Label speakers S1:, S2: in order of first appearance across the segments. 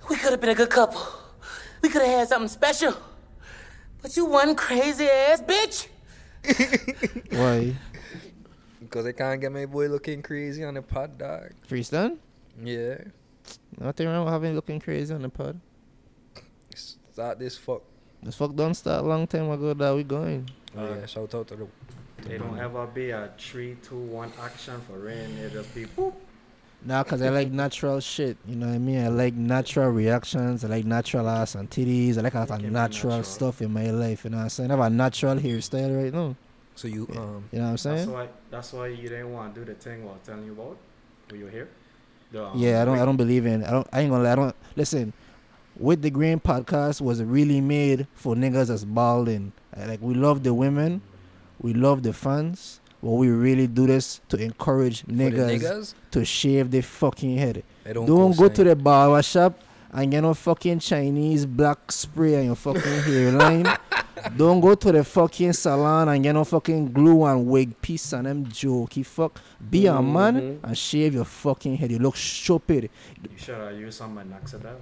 S1: could have been a good couple. We could have had something special. But you one crazy ass bitch.
S2: Why?
S3: Because they kind of got my boy looking crazy on the pot dog.
S2: Freestone?
S3: Yeah.
S2: Nothing wrong with having looking crazy on the pod.
S3: Start this fuck.
S2: This fuck don't start long time ago that we going.
S3: Oh, yeah, shout out to the.
S4: Uh, They don't ever be a three, two, one action for rain. It just be boop.
S2: Nah, cause I like natural shit. You know what I mean? I like natural reactions. I like natural ass and titties. I like a lot of
S4: Give me
S2: natural,
S4: natural.
S2: stuff in my life. You know what I'm saying? I have a natural hairstyle right now.
S3: So you um
S2: You know what I'm
S4: That's
S2: saying?
S4: why. That's why you didn't want to do the thing I was telling you about. Were you here? The, um,
S2: Yeah, I don't. I don't believe in. I don't. I ain't gonna. Lie, I don't. Listen, with the Green podcast was really made for niggas that's balding. Uh, Like we love the women, we love the fans, but we really do this to encourage
S3: for the
S2: niggas,
S3: niggas.
S2: to shave their fucking head.
S3: They
S2: Don't,
S3: don't.
S2: go to
S3: co-sign.
S2: the barber shop and get no fucking Chinese black spray on your fucking hairline. Don't go to the fucking salon and get no fucking glue and wig piece and them jokey fuck. Be a
S3: Mhm.
S2: man and shave your fucking head. You look stupid.
S4: You should have used some minoxidil.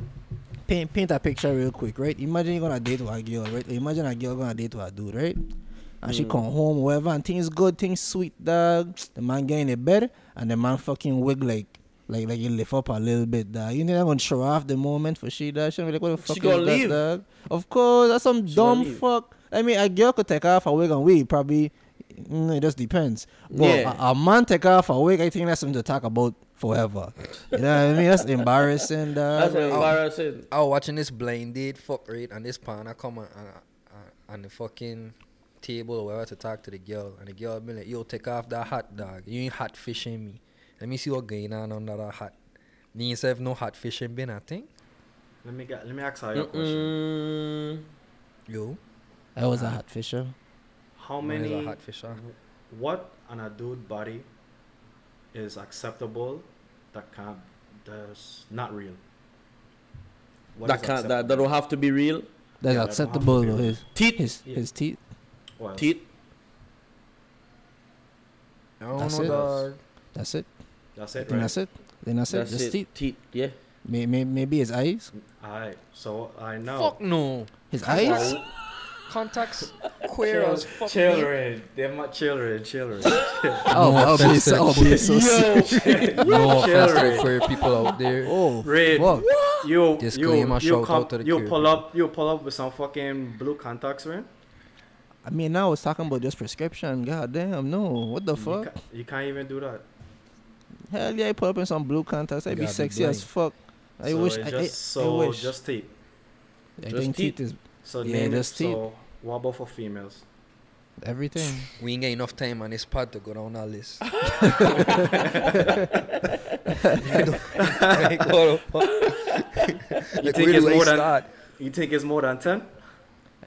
S2: Paint paint a picture real quick, right? Imagine you're gonna date with a girl, right? Imagine a girl gonna date with a dude, right? And
S1: Mm.
S2: she come home, whatever, and things good, things sweet, dog. The man get in the bed and the man fucking wig like like like you lift up a little bit, dog. You never gonna show off the moment for she dog. She gonna be like, what the fuck is
S1: gonna
S2: that,
S1: leave.
S2: dog? Of course, that's some dumb
S1: leave.
S2: fuck. I mean a girl could take off a wig and we probably mm, it just depends. But
S1: Yeah.
S2: a, a man take off a wig, I think that's something to talk about forever. You know what I mean? That's embarrassing, dog.
S1: That's embarrassing.
S3: I was watching this blind date fuck rate and this pan I come on, on, on- on the fucking table or wherever to talk to the girl and the girl be like, yo, take off that hat dog. You ain't hot fishing me. Let me see what going on under that hat. Then you have no hot fishing bin, I think.
S4: Let me get. Let me ask her your question.
S1: Mm-mm.
S3: Yo.
S2: I was a hot fisher.
S4: How
S3: man is
S4: many?
S3: a hot fisher.
S4: What an adult body is acceptable? That can't. That's not real. What
S1: That
S4: is
S1: can't. That, that
S4: acceptable?
S1: don't have to be real.
S2: That's
S4: Yeah, that's
S2: acceptable.
S4: not
S2: though. His
S1: Teeth.
S2: his
S4: Yeah.
S2: his teeth.
S4: Well,
S1: Teeth.
S3: I don't
S2: That's
S3: know
S2: it.
S3: dog.
S2: That's it.
S4: That's
S2: I
S4: it,
S2: think
S4: right?
S2: that's it. Then that's,
S1: That's
S2: it. Just
S1: it.
S2: teeth.
S1: Teeth. Yeah.
S2: May, may, maybe his eyes.
S4: Alright, so I know.
S3: Fuck no.
S2: His eyes.
S3: Contacts queer as fuck.
S4: Children, they're my children, children.
S2: Oh, oh, please,
S3: offense,
S2: oh,
S3: sir.
S2: please, so sick.
S3: No offense to the
S4: Children.
S3: queer people out there.
S2: Oh,
S4: Red,
S2: fuck.
S4: you,
S3: Disclaimer,
S4: you, you,
S3: shout
S4: come,
S3: out to the
S4: you
S3: queer
S4: pull up, you pull up with some fucking blue contacts, man.
S2: I mean, now I was talking about just prescription. God damn, no. What the
S4: You,
S2: fuck?
S4: ca- you can't even do that.
S2: Hell yeah, I put up in some blue contacts. I'd
S3: You
S2: be
S3: gotta be
S2: sexy as
S3: blind.
S2: fuck. I
S4: so
S2: wish.
S4: it's
S2: I,
S4: just,
S2: I,
S4: so
S2: I wish.
S4: just teeth.
S2: I
S1: just
S2: think
S1: teeth.
S2: teeth is
S4: So
S2: Yeah,
S4: name it.
S2: just teeth.
S4: So what about for females?
S2: everything.
S3: We ain't got enough time on this pod to go down that list. Like, what the fuck?
S4: You
S3: Like,
S4: think
S3: where do
S4: it's
S3: I
S4: more than
S3: start?
S4: you think it's more than
S2: I,
S4: ten?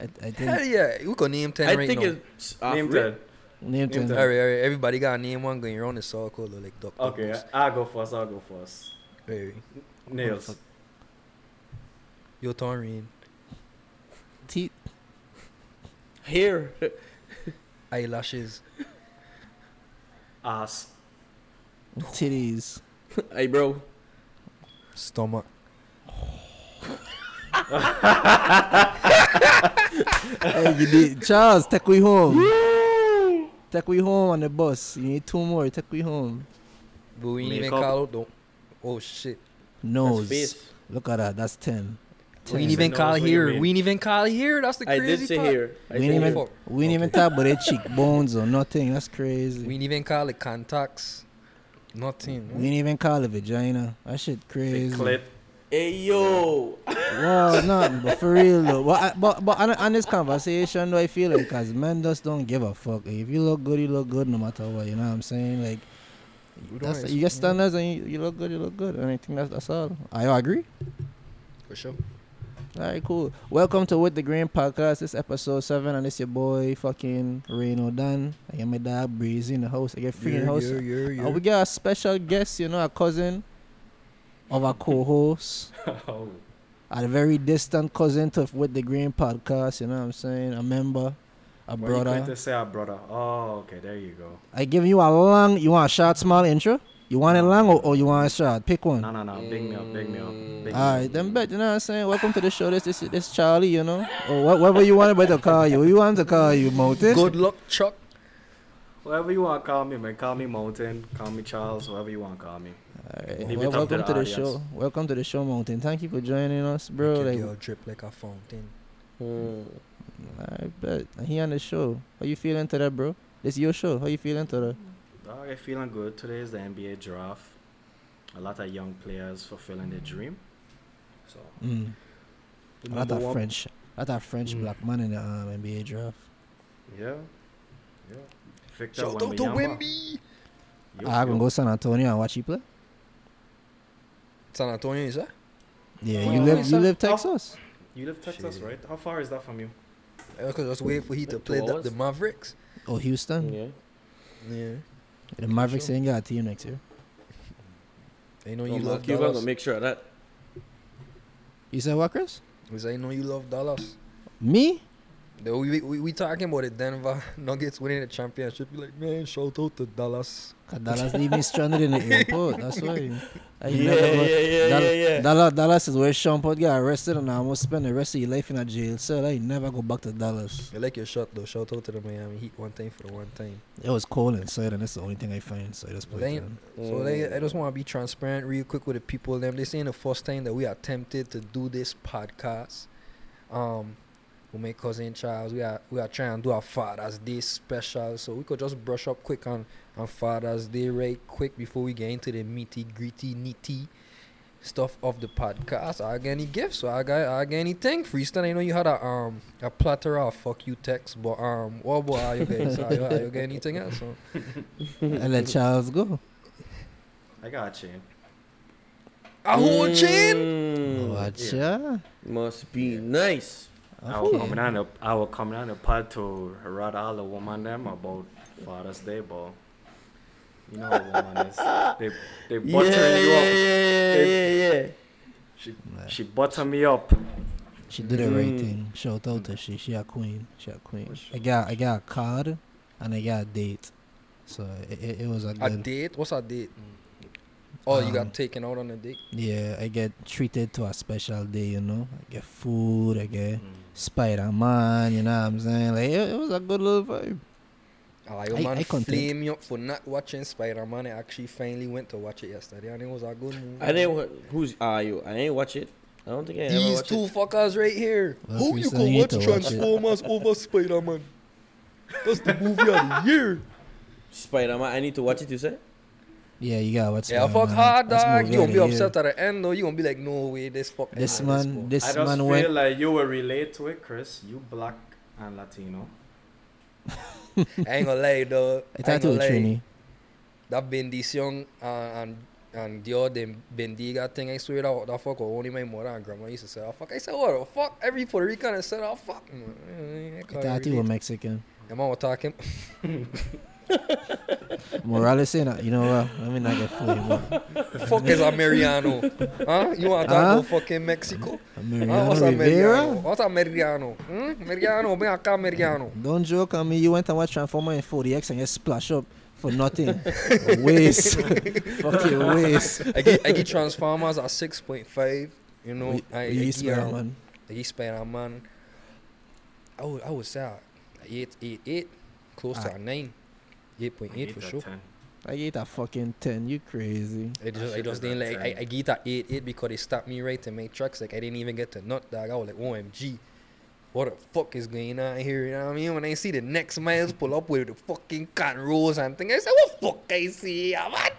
S2: I
S3: Hell
S2: think
S3: yeah, we could name ten
S1: I
S3: right
S1: think
S3: now.
S1: it's
S5: Ah,
S1: uh, off
S4: Name
S1: rip.
S4: ten.
S2: name
S4: Name
S2: ten.
S4: ten.
S3: Alright, alright, everybody got a name one going around the circle or like Dr.
S4: Okay,
S3: Who's.
S4: I'll go first. I'll go first.
S3: Alright.
S4: Nails.
S3: Your turn, Rain.
S2: Teeth.
S1: Hair.
S3: Eyelashes.
S4: Ass.
S2: Titties.
S1: Eyebrow.
S3: Stomach.
S2: hey, you did. Charles, take we home. take we home on the bus. You need two more. Take we home.
S3: But we ain't even
S4: Makeup.
S3: call out though. Oh shit.
S1: That's
S2: Nose.
S1: face.
S2: Look at that. That's 10.
S3: We
S2: 10.
S3: ain't even
S4: Nose,
S3: call
S4: what you
S3: here.
S4: mean?
S3: We ain't even call here. That's the
S1: I
S3: crazy
S1: did say
S3: part.
S1: hair. I
S2: We
S1: said
S2: didn't
S1: hair.
S2: even,
S3: Fuck.
S2: we didn't even
S3: Okay.
S2: talk about their cheekbones or nothing. That's crazy.
S3: We
S2: We,
S3: ain't even call it contacts. Nothing.
S2: didn't even call it vagina. That shit
S4: Big
S2: crazy.
S4: clit.
S1: Hey yo.
S2: Well, nothing, but for real though. But, I, but, but on, on this conversation though, I feel like as men just don't give a fuck. Like, if you look good, you look good no matter what. You know what I'm saying? Like,
S3: We don't
S2: that's,
S3: ex-
S2: you get standards and you, you look good, you look good. And I think that's, that's all. I agree.
S3: For sure.
S2: All right, cool. Welcome to With the Green Podcast. This is episode seven, and it's your boy fucking Reno Dan. I got my dad Breezy in the house. I get free in the house. Uh, we got a special guest, you know, a cousin of our co-host,
S4: oh,
S2: a very distant cousin to With the Green Podcast. You know what I'm saying? A member, a
S4: what you going
S2: brother.
S4: to say, a brother? Oh, okay, there you go.
S2: I give you a long. You want a short, small intro? You You want it long or, or you want it short? Pick one.
S4: No, no, no. Big meal, big meal, big meal.
S2: Alright, then bet, you know what I'm saying? Welcome to the show. This this this Charlie, you know. Or what, whatever you want about to call you. What you want to call you, Mountain?
S3: Good luck, Chuck.
S4: Whatever you want, call me, man. Call me Mountain, call me Charles, whatever you want, call me.
S2: Alright.
S4: Leave
S2: Well,
S4: it up to
S2: welcome
S4: the
S2: to the
S4: audience.
S2: show. Welcome to the show, Mountain. Thank you for joining us, bro.
S3: Make
S2: Like,
S3: your girl drip like a fountain.
S2: I bet. And He on the show. How you feeling today, bro? This your show. How you feeling today?
S4: Dog, I feeling good. Today is the NBA draft. A lot of young players fulfilling their dream. So
S2: Mm.
S4: the
S2: I
S4: number
S2: thought
S4: one-
S2: French. I thought French
S4: Mm.
S2: black man in the um, NBA draft.
S4: Yeah. Yeah. Victor
S3: Shout out to
S4: Wembanyama.
S3: Wimby.
S4: Yo,
S2: I can
S4: yo.
S2: go San Antonio and watch you play.
S3: San Antonio is that?
S2: Yeah,
S4: Well,
S2: you live you
S4: San-
S2: live
S4: Oh.
S2: Texas.
S4: You live Texas,
S3: Shit.
S4: right? How far is that from you?
S3: I could just wait for he to
S1: Two
S3: play the,
S1: hours.
S3: the Mavericks.
S2: Oh, Houston.
S1: Yeah.
S3: Yeah.
S2: The Mavericks ain't got a team next year.
S3: I know
S1: No,
S3: you
S1: man,
S3: love
S1: Cuba gonna
S3: Dallas.
S1: Oh, make sure of that.
S2: You said what, Chris?
S3: Because I know you love Dallas.
S2: Me?
S3: The- We, we, we talking about the Denver Nuggets winning the championship. You like, man, shout out to Dallas.
S2: Cause Dallas leave me stranded in the airport. That's why. I
S1: yeah,
S2: never-
S1: yeah, yeah,
S2: Dal-
S1: yeah, yeah.
S2: Dallas, Dallas is where Sean Paul got arrested and I almost spend the rest of your life in a jail cell. I never go back to Dallas.
S3: I like your shot though. Shout out to the Miami Heat one time for the one time.
S2: It was cold inside and that's the only thing I find. So I just play.
S3: They-
S2: it down.
S3: So like, I just want to be transparent real quick with the people. Them this ain't the first time that we attempted to do this podcast. Um, with my cousin Charles, we are we are trying to do our Father's Day special, so we could just brush up quick on on Father's Day right quick before we get into the meaty gritty nitty stuff of the podcast. I get any gifts? So I got I get anything? Freestyle. I know you had a um a platter of fuck you text, but um what about how you guys? How you, how you get anything else? So,
S2: I let Charles
S1: Mm,
S2: go.
S4: I got a chain.
S3: a whole chain.
S2: Watch ya.
S1: Must be nice.
S4: I was coming on the I was coming on the pod to rat all the woman them about Father's Day, but you know how woman is. They they
S1: Yeah,
S4: buttering
S1: yeah,
S4: you up.
S1: yeah, yeah,
S4: They-
S1: yeah.
S4: She she butter me up.
S2: She did the right
S1: Mm.
S2: thing. Shout out to she. She a queen. She a queen. I got I got a card, and I got a date. So it, it, it was a
S3: A
S2: good.
S3: date? What's a date? Oh, you
S2: Um,
S3: got taken out on a date?
S2: yeah, I get treated to a special day. You know, I get food. I get Spider Man. You know what I'm saying? Like it, it was a good little vibe.
S3: Oh, your
S2: I-
S3: man
S2: I content.
S3: flame you up for not watching Spider Man. I actually finally went to watch it yesterday, and it was a good movie.
S1: I didn't. wa- Who's are you? I ain't watch it. I don't think I ever
S3: These
S1: watched
S3: two
S1: it.
S3: fuckers right here.
S2: Well,
S3: How
S2: we
S3: you
S2: still
S3: go
S2: need
S3: watch
S2: to watch it.
S3: Transformers over Spider Man? That's the movie of the year.
S1: Spider Man. I need to watch it. You say?
S2: Yeah, you got what's
S3: yeah, fuck hard, dog. You gonna be upset at the end, though. You gonna be like, no way, this fuck.
S2: This
S3: nah,
S2: man,
S3: fuck.
S4: I
S2: this
S4: just
S2: man
S4: feel
S2: went.
S4: like you will relate to it, Chris. You black and Latino.
S3: I ain't gonna lie, dog. I
S2: I
S3: ain't
S2: talked to
S3: gonna
S2: a
S3: lie.
S2: trainee.
S3: That bendición uh, and and Dios de bendiga thing, I swear that, that fuck was only my mother and grandma used to say, oh fuck. I said, what the fuck? Every Puerto Rican said, oh fuck. man." Eh, I
S2: I
S3: can't
S2: talked to a
S3: relate.
S2: Mexican.
S3: My mom was talking.
S2: Morales saying, you know what? Let me not get fooled. man.
S3: fuck is Americano? huh? You want to talk
S2: Huh?
S3: about fucking Mexico? Ah, Huh?
S2: Mariano
S3: What's Americano?
S2: Rivera.
S3: What's Americano? Hmm? Americano, ven acá, Americano.
S2: Don't joke on me. You went and watched Transformer in 4DX and you splash up for nothing. waste. Fucking waste.
S3: I get, I get Transformers at 6.5. You know,
S2: We-
S3: I, I
S2: we
S3: get,
S2: used to
S3: um,
S2: that, man.
S3: He spent a man. I would I would say a eight eight eight, close to a nine, eight point eight
S4: Eight
S3: for
S4: or
S3: sure.
S4: 10.
S2: I gave that fucking 10. You crazy.
S3: I just I
S4: shit
S3: just
S4: is
S3: didn't
S4: a
S3: like I,
S4: 10.
S3: I get that eight eight because they stopped me right to make tracks. Like I didn't even get to nut dog. I was like OMG. What the fuck is going on here? You know what I mean? When I see the next miles pull up with the fucking can rolls and thing, I said, What fuck I see here, man?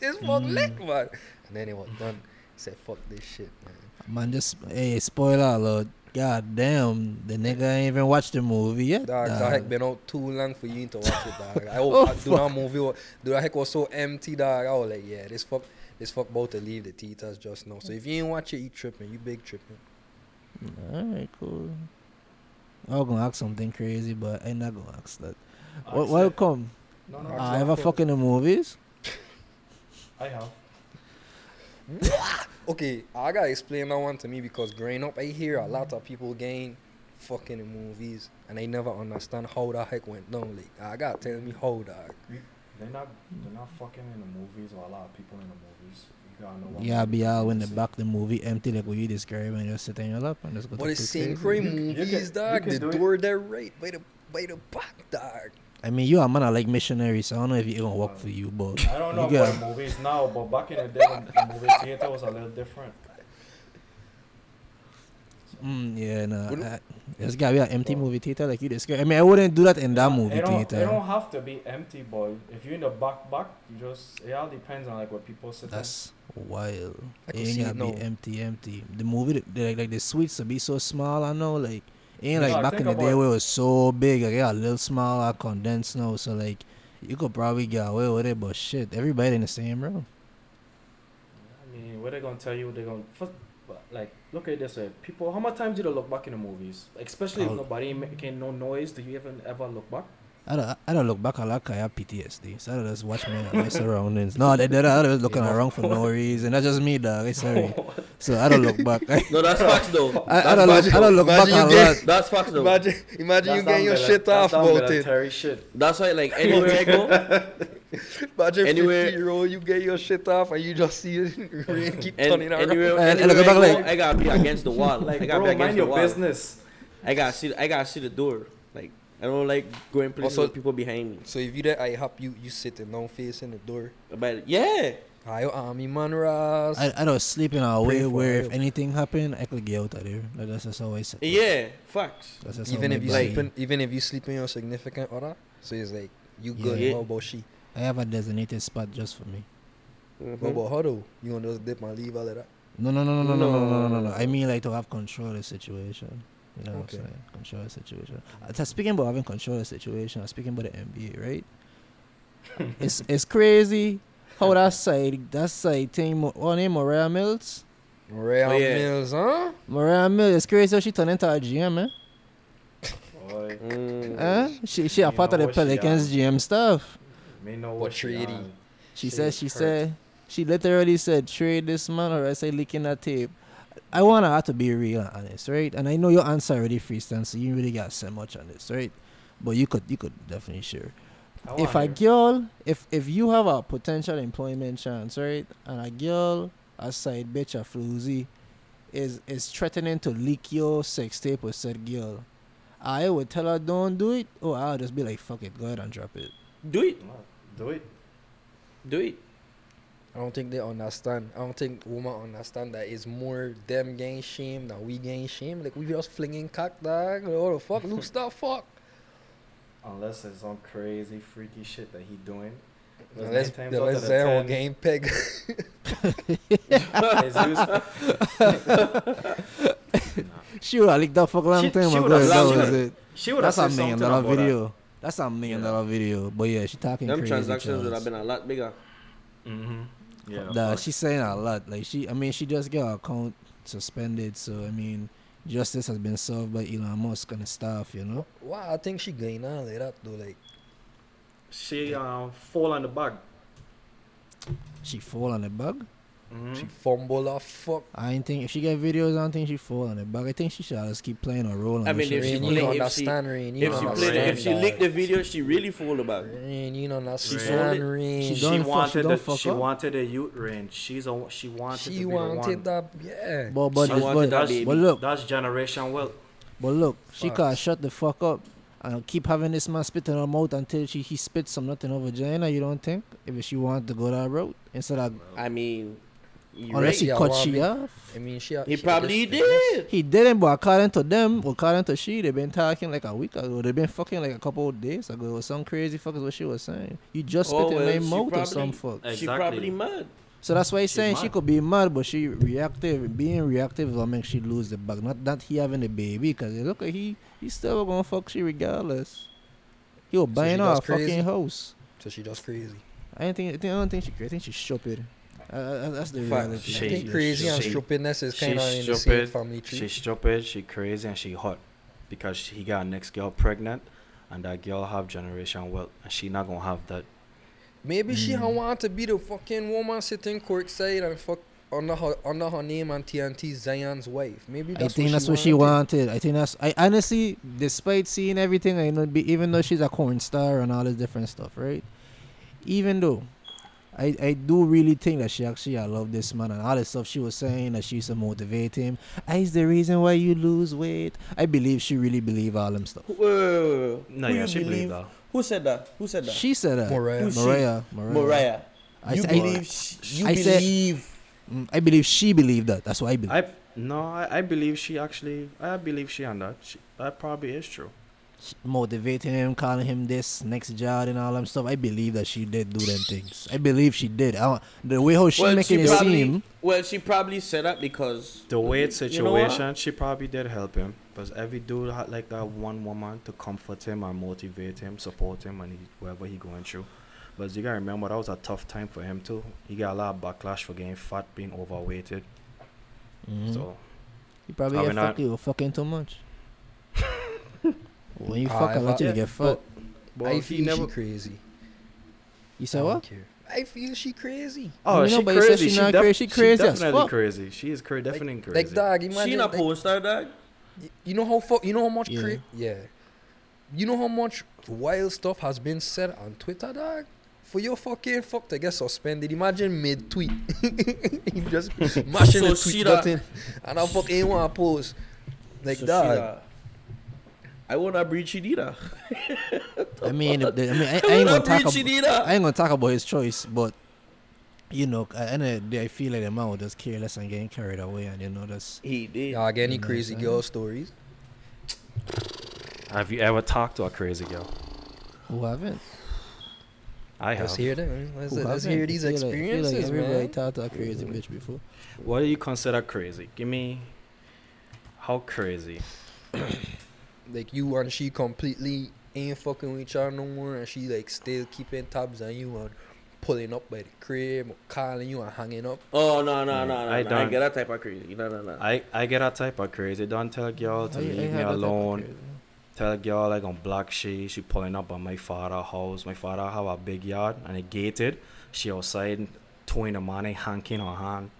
S3: This fuck lit, man. And then it was done. I said, Fuck this shit, man.
S2: Man, just, hey, spoiler alert. God damn, the nigga ain't even watched the movie yet.
S3: Dog,
S2: dog.
S3: that heck been out too long for you to watch it, dog. I,
S2: Oh,
S3: I do that movie, wa- do that heck was so empty, dog. I was like, yeah, this fuck, this fuck about to leave the theaters just now. So if you ain't watch it, you tripping, you big tripping.
S2: Alright, cool. I was gonna ask something crazy, but I'm not gonna ask that. Wel-
S4: Ask it.
S2: welcome.
S4: No, no,
S3: Ask
S2: I
S3: that
S2: ever
S3: for-
S2: fuck in the movies?
S4: I have.
S3: Okay, I gotta explain that one to me because growing up, I hear a lot of people getting fucking in movies, and I never understand how the heck went down. Like, I gotta tell me how, dog.
S4: They're not they're not fucking in the movies or a lot of people in the movies. You gotta know. what
S2: Yeah,
S4: movie
S2: be
S4: you're
S2: out
S4: gonna
S2: in the
S4: see.
S2: back the movie empty like what you describe and just sitting your lap and just go
S3: But
S2: to
S3: it's
S2: pick
S3: same
S2: it.
S3: crime
S4: you
S3: movies,
S4: can- you
S3: dog.
S4: can
S3: The
S4: do it.
S3: door they're right by the by the back, dog.
S2: I mean you a man I like missionary, so I don't know if it gonna work for you, but
S4: I don't know
S2: you
S4: about movies now, but back in the day, when the movie theater was a little different.
S2: mm, yeah, no.
S3: Wouldn't-
S2: I, this guy be an empty
S4: Well.
S2: movie theater like you describe. I mean I wouldn't do that in that
S4: It
S2: movie
S4: don't- It
S2: theater.
S4: don't have to be empty, boy. If you're in the back, back, you just it all depends on like what people sit.
S2: That's wild.
S3: I
S2: It
S3: can
S2: ain't
S3: see
S2: gotta
S3: it now.
S2: be empty, empty. The movie, th- the, like, like the suites will be so small. I know, like, it ain't
S4: Yeah,
S2: like
S4: I
S2: back in
S4: think
S2: the day
S4: about-
S2: where it was so big. Like, yeah, a little smaller, condensed now. So like, you could probably get away with it, but shit, everybody in the same room.
S4: I mean, what they gonna tell you? They gonna first, but, like look at it this way. People, how much time do they look back in the movies? Especially
S2: Oh.
S4: if nobody making no noise. Do you even ever look back?
S2: I don't, I don't look back. I like I have PTSD, so I don't just watch my, my surroundings. No, they, they, I was looking
S3: Yeah.
S2: around for no reason. That's just me, dog. I'm sorry. so I don't look back. I,
S5: No, that's facts though.
S2: I
S5: That's
S2: don't look-
S5: facts,
S2: I don't
S5: though.
S2: look back
S5: Imagine
S2: a
S5: you get-
S2: lot.
S5: That's facts though.
S3: Imagine, imagine you
S4: That's
S3: getting
S4: down
S3: your
S4: mili-
S3: shit off
S4: that's down
S3: about it.
S4: military shit.
S5: That's why, like, anywhere I go,
S3: Imagine
S5: Anywhere-
S3: 50 year old, you get your shit off and you just see it rain keep
S5: and,
S3: turning around.
S5: anywhere,
S2: And- and
S5: anywhere
S2: look
S5: I,
S2: back,
S5: go
S2: like-
S5: I gotta be against the wall. Like, I
S4: Like,
S5: gotta
S4: bro,
S5: be against
S4: mind
S5: the
S4: your
S5: wall.
S4: business.
S5: I gotta see. I gotta see the door. Like, I don't like going places
S3: Also-
S5: with people behind me.
S3: So if you that I hop, you you sitting down facing the door.
S5: But yeah,
S3: Hi, yo, army man, Ross.
S2: I, I don't sleep in a
S3: Pray
S2: way
S3: for
S2: where if
S3: help.
S2: anything happened, I could get out of there. Like, that's just how I sit.
S5: yeah, facts.
S2: That's just how
S3: even
S2: my
S3: if you
S2: body-
S3: sleep in, even if you sleep in your significant other, so it's like you good.
S5: Yeah.
S3: What about she?
S2: I have a designated spot just for me.
S3: What
S5: Hmm?
S3: about her though? You gonna just dip and leave all of that?
S2: No, no, no, no, no, no, no, no, no, no. I
S5: No.
S2: mean, like to have control of the situation. You know,
S3: Okay.
S2: okay. control of the situation. Uh, so speaking about having control of the situation, I'm speaking about the NBA, right? it's it's crazy how that side that side thing. Mo- Her name Mariah Mills.
S3: Rare
S5: Oh, yeah.
S3: meals, huh?
S2: Mariah Mills. It's crazy how she turned into a GM, man.
S4: Boy,
S5: Mm.
S2: Eh? She she
S4: You
S2: a part
S4: know
S2: of the
S4: what she
S2: Pelicans GM stuff.
S4: me know
S3: What
S4: what she
S3: treaty?
S4: on.
S2: She
S4: Shit
S2: said she
S4: hurt.
S2: said she literally said trade this man or I say licking that tape. I wanna have to be real and honest, right? And I know your answer already freestyle, so you really gotta say much on this, right? But you could you could definitely share. if a
S4: wonder.
S2: girl if if you have a potential employment chance, right? And a girl, a side bitch a floozy is is threatening to leak your sex tape with said girl. I would tell her don't do it, or I'll just be like, fuck it, go ahead and drop it.
S5: Do it.
S4: No, do it.
S5: Do it.
S3: I don't think they understand. I don't think women understand that it's more them gain shame than we gain shame. Like we just flinging cock, dog. Like, What the fuck? Luke, stop, fuck.
S4: Unless it's some crazy freaky shit that he doing. Because
S3: Unless,
S4: nine times out
S3: unless
S4: of
S3: they will
S4: 10,
S3: game peg.
S4: it's used-
S2: She would have leaked that fuck long
S4: She-
S2: time
S4: she
S2: ago.
S4: would've
S2: if That
S4: leaked
S2: was
S4: it.
S2: it.
S4: She would have
S2: That's a
S4: said
S2: million
S4: something
S2: dollar
S4: about video.
S2: video. That's a million
S4: Yeah.
S2: dollar video. But yeah, she talking
S5: Them
S2: crazy.
S5: transactions would
S2: Charles.
S5: have been a lot bigger.
S4: that. Mm-hmm. Yeah.
S2: Nah,
S4: fuck.
S2: she's saying a lot. Like she, I mean, she just got her account suspended. So I mean, justice has been served by Elon Musk and his staff. You know.
S3: wow, I think she gain all of that though. Like
S4: she um fall on the bag.
S2: She fall on the bug.
S4: Mm-hmm.
S3: she fumble off, fuck.
S2: I ain't think if she get videos, I don't think she fall on the bug. I think she should just keep playing her role.
S5: I
S2: and
S5: mean,
S2: shit.
S5: if she
S3: Rain,
S2: She
S3: you
S5: play-
S3: don't
S5: if she-
S3: understand, Rain. You
S5: if
S3: don't
S5: she
S4: no,
S5: played,
S4: Rain,
S5: if she
S3: understand.
S5: leaked the video, she really fooled about it.
S3: Rain, you don't
S4: Rain.
S3: understand, Rain.
S2: She
S3: She,
S2: don't
S4: She
S2: fuck-
S4: wanted
S2: don't
S4: the
S2: fuck
S4: she
S2: up.
S4: wanted a youth range. She's a she wanted to be the one.
S3: wanted that, yeah.
S2: but but,
S5: She
S2: but,
S5: wanted that
S2: but,
S5: baby.
S2: look,
S4: That's generation wealth.
S2: but look, she
S3: Fuck.
S2: can't shut the fuck up. And keep having this man spit in her mouth until she he spits some nothing over vagina. You don't think if she wanted to go that route instead of
S5: I mean, you
S2: unless
S5: right.
S2: he
S3: Yeah,
S2: cut
S3: well, I
S2: she
S3: mean-
S2: off.
S3: I mean, she.
S5: He
S3: she
S5: probably
S3: just-
S5: did.
S2: He didn't, but according to them, or according to she, they've been talking like a week ago. They've been fucking like a couple of days ago. Or some crazy fuck is what she was saying. You just spit
S5: Oh,
S2: in
S5: well,
S2: their
S5: she
S2: mouth or
S5: probably-
S2: some fuck.
S4: Exactly.
S5: She probably mad.
S2: So that's why he's
S4: She's
S2: saying she
S4: mad.
S2: could be mad, but she reactive. Being reactive will make she lose the bag. Not that he having a baby, because look at he, he still gonna fuck she regardless. He was buying
S3: she
S2: her a
S3: just crazy?
S2: fucking house.
S3: So she just crazy.
S2: I ain't think, I, think, I don't think she crazy. I think she's stupid. Uh, Uh, that's the
S5: Fuck,
S2: reality.
S4: she-
S3: I think
S4: She's
S3: crazy and
S4: she-
S3: stupidness is kind of in
S4: she's
S3: the same
S4: stupid.
S3: family tree.
S4: She's stupid. She crazy and she hot because he got next girl pregnant, and that girl have generation wealth, and she not gonna have that.
S3: Maybe she
S2: Mm.
S3: don't want to be the fucking woman sitting courtside and fuck under her under her name and TNT Zion's wife. Maybe
S2: I
S3: that's
S2: think
S3: what
S2: that's
S3: she
S2: what she
S3: wanted.
S2: wanted. I think that's. I honestly, despite seeing everything, I know, be, even though she's a corn star and all this different stuff, right? even though I, I do really think that she actually I love this man and all the stuff she was saying that she used to motivate him. Ah, I's the reason why you lose weight. I believe she really believe all them stuff.
S5: Who- Wait, wait, wait, wait.
S4: No,
S5: Who
S4: yeah,
S5: you
S4: she believe that.
S5: Who said that? Who said that?
S2: She said that.
S3: Mariah.
S5: Who's she?
S2: Mariah. Mariah.
S5: Mariah.
S2: I
S5: you
S2: said- I-
S5: believe she, you
S2: I said-
S5: believe
S2: Mm, I believe she believed that. That's what I believe.
S4: I no, I, I believe she actually. I believe she on that. She, that probably is true.
S2: She- motivating him, calling him this next job and all them stuff. I believe that she did do them things. I believe she did. I, don't- the way how she
S5: well,
S2: making
S5: she
S2: it
S5: probably,
S2: seem.
S5: Well, she probably said that because
S4: The weight
S5: You know what?
S4: situation, she probably did help him. Because every dude had like that one woman to comfort him and motivate him, support him, and he, wherever he going through. But you gotta remember that was a tough time for him too. He got a lot of backlash for getting fat, being overweighted.
S2: Mhm.
S4: Mm-hmm. So
S2: You probably
S4: Probably
S2: get
S4: not.
S2: fucked. You were fucking too much. when you
S3: Ah,
S2: fuck a
S3: if
S2: lot,
S3: I-
S2: you get fucked.
S4: well,
S3: I
S4: he
S3: feel
S4: never-
S3: she crazy.
S2: You
S3: I
S2: said
S3: don't
S2: what?
S3: care. I feel she crazy.
S4: Oh,
S2: You know,
S4: she
S2: but you said
S4: crazy.
S2: she
S4: She,
S2: not
S4: def-
S2: crazy. She
S4: she
S2: crazy as
S4: definitely
S2: fuck.
S4: crazy. She is cra- definitely crazy.
S3: Like dog, imagine.
S5: she not
S3: like,
S5: post that dog.
S3: you know how fu- You know how much.
S2: Yeah.
S3: Yeah. yeah. You know how much wild stuff has been said on Twitter, dog. For your fucking fuck to get suspended. Imagine mid tweet, you just mashing
S5: So
S3: the
S5: she
S3: tweet
S5: that-
S3: button, and I fucking want to post. Like
S5: So she
S3: that.
S5: not- I wanna breach it either.
S2: I mean, the- the- I mean, I, I
S5: I
S2: ain't
S5: wanna
S2: gonna talk.
S5: breach it
S2: Ab-
S5: either.
S2: I ain't gonna talk about his choice, but you know, at the end of the day, I feel like the man was just careless and getting carried away, and you know, that's
S5: He did.
S3: Y'all get any
S2: Nice,
S3: crazy
S2: eh?
S3: girl stories?
S4: Have you ever talked to a crazy girl?
S2: who haven't.
S4: I have.
S3: Let's hear them. Let's,
S2: Who
S3: let's
S2: haven't?
S3: hear these
S2: I feel like- I feel like
S3: experiences,
S2: everybody
S3: man.
S2: talked to a crazy bitch before.
S4: What do you consider crazy? Give me how crazy.
S3: like you and she completely ain't fucking with each other no more, and she like still keeping tabs on you and pulling up by the crib, or calling you and hanging up.
S5: Oh no no no
S4: Mm,
S5: no!
S4: I
S5: I, no. I
S4: don't.
S5: get that type of crazy. No no no.
S4: I, I get a type of crazy. Don't tell girl to
S2: I- I
S4: leave me
S2: had that type of
S4: alone.
S2: crazy.
S4: Tell girl like on block she she pulling up on my father house. My father have a big yard and it gated. She outside two in the morning hanking her hand.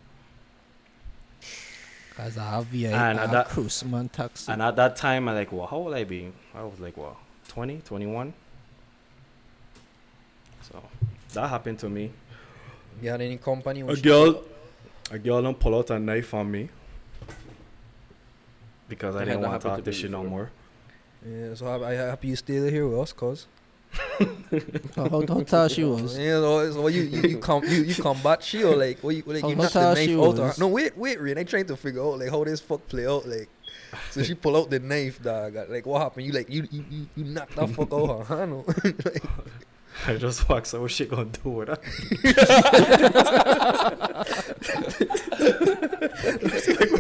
S2: Cause I have VI,
S4: And
S2: I have
S4: that-
S2: cruise man taxi.
S4: And at that time I like well how old I be? I was like well 20, 21. So that happened to me.
S3: You had any company? when
S4: A
S3: she-
S4: girl, a girl don't pull out a knife on me because I
S5: That
S4: didn't
S5: had
S4: want to talk
S5: happened to
S4: this
S5: me
S4: shit no
S5: before.
S4: more.
S3: Yeah, so I, I happy you still here with us, cause
S2: how, how, how tall she was?
S3: yeah, so, so you you you, com- you you combat she or like what you like
S2: How
S3: you knock
S2: tall
S3: the knife
S2: she
S3: out. Or,
S2: was?
S3: no wait wait, Ren, I trying to figure out like how this fuck play out like. So she pull out the knife, dog. Like what happened? You like you you you, you knocked that fuck out her hand. oh. like,
S4: I just walked. So what she gonna do with that? like, what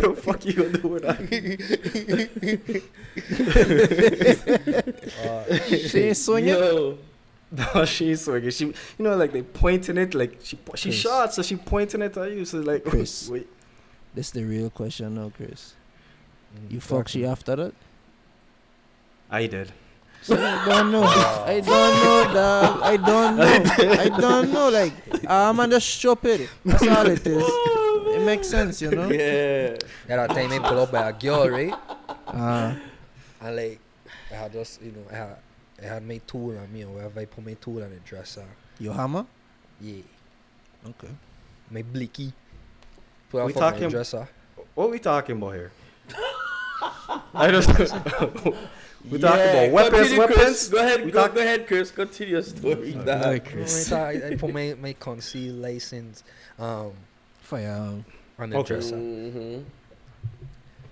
S4: the fuck you gonna do with that?
S3: uh,
S2: She ain't swinging.
S5: Yo,
S4: No, Oh, she's swinging. She, you know, like they pointing it. Like she, po- she
S2: Chris.
S4: shot. So she pointing it at you. So like,
S2: Chris.
S4: wait.
S2: This the real question now, Chris. You fuck she after that?
S4: I did.
S2: So I don't know. I don't know, dog. I don't know. I don't know. Like, I'm um, just stupid. That's all it is. It makes sense, you know.
S5: yeah.
S3: At that time, they pull up by a girl, right?
S2: Uh,
S3: And like, I had just, you know, I had, I had my tool on me or whatever. I put my tool on the dresser.
S2: your hammer.
S3: Yeah.
S2: Okay.
S3: My blicky. Put
S4: We
S3: that fuck on the
S4: talking-
S3: dresser.
S4: What we talking about here? I just. we talking about weapons,
S5: Continue, Chris.
S4: weapons.
S5: Go ahead,
S4: We
S5: go,
S4: talk-
S5: go ahead, Chris. Continue your story.
S2: All right,
S5: dog.
S2: Chris.
S3: I, I put my, my concealed license um,
S2: Firearm.
S3: on the
S4: Okay.
S3: dresser.
S5: Mhm.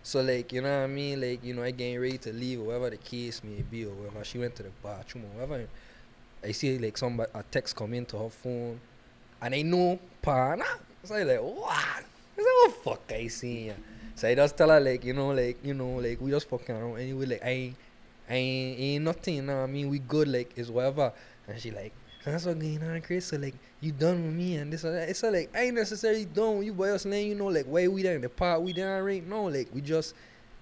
S3: So like, you know what I mean? Like, you know, I getting ready to leave or whatever the case may be or whatever. She went to the bathroom or whatever. I see like somebody a text come into her phone, and I know pana. So I like what? I said what fuck I seen ya. So I just tell her like you know like you know like we just fucking around anyway like I ain't I ain't, ain't nothing you know what I mean we good like it's whatever. And she like that's what going on Chris. So like you done with me and this and that. It's so, like I ain't necessarily done with you but just letting you know like why we there in the pot we there right now like we just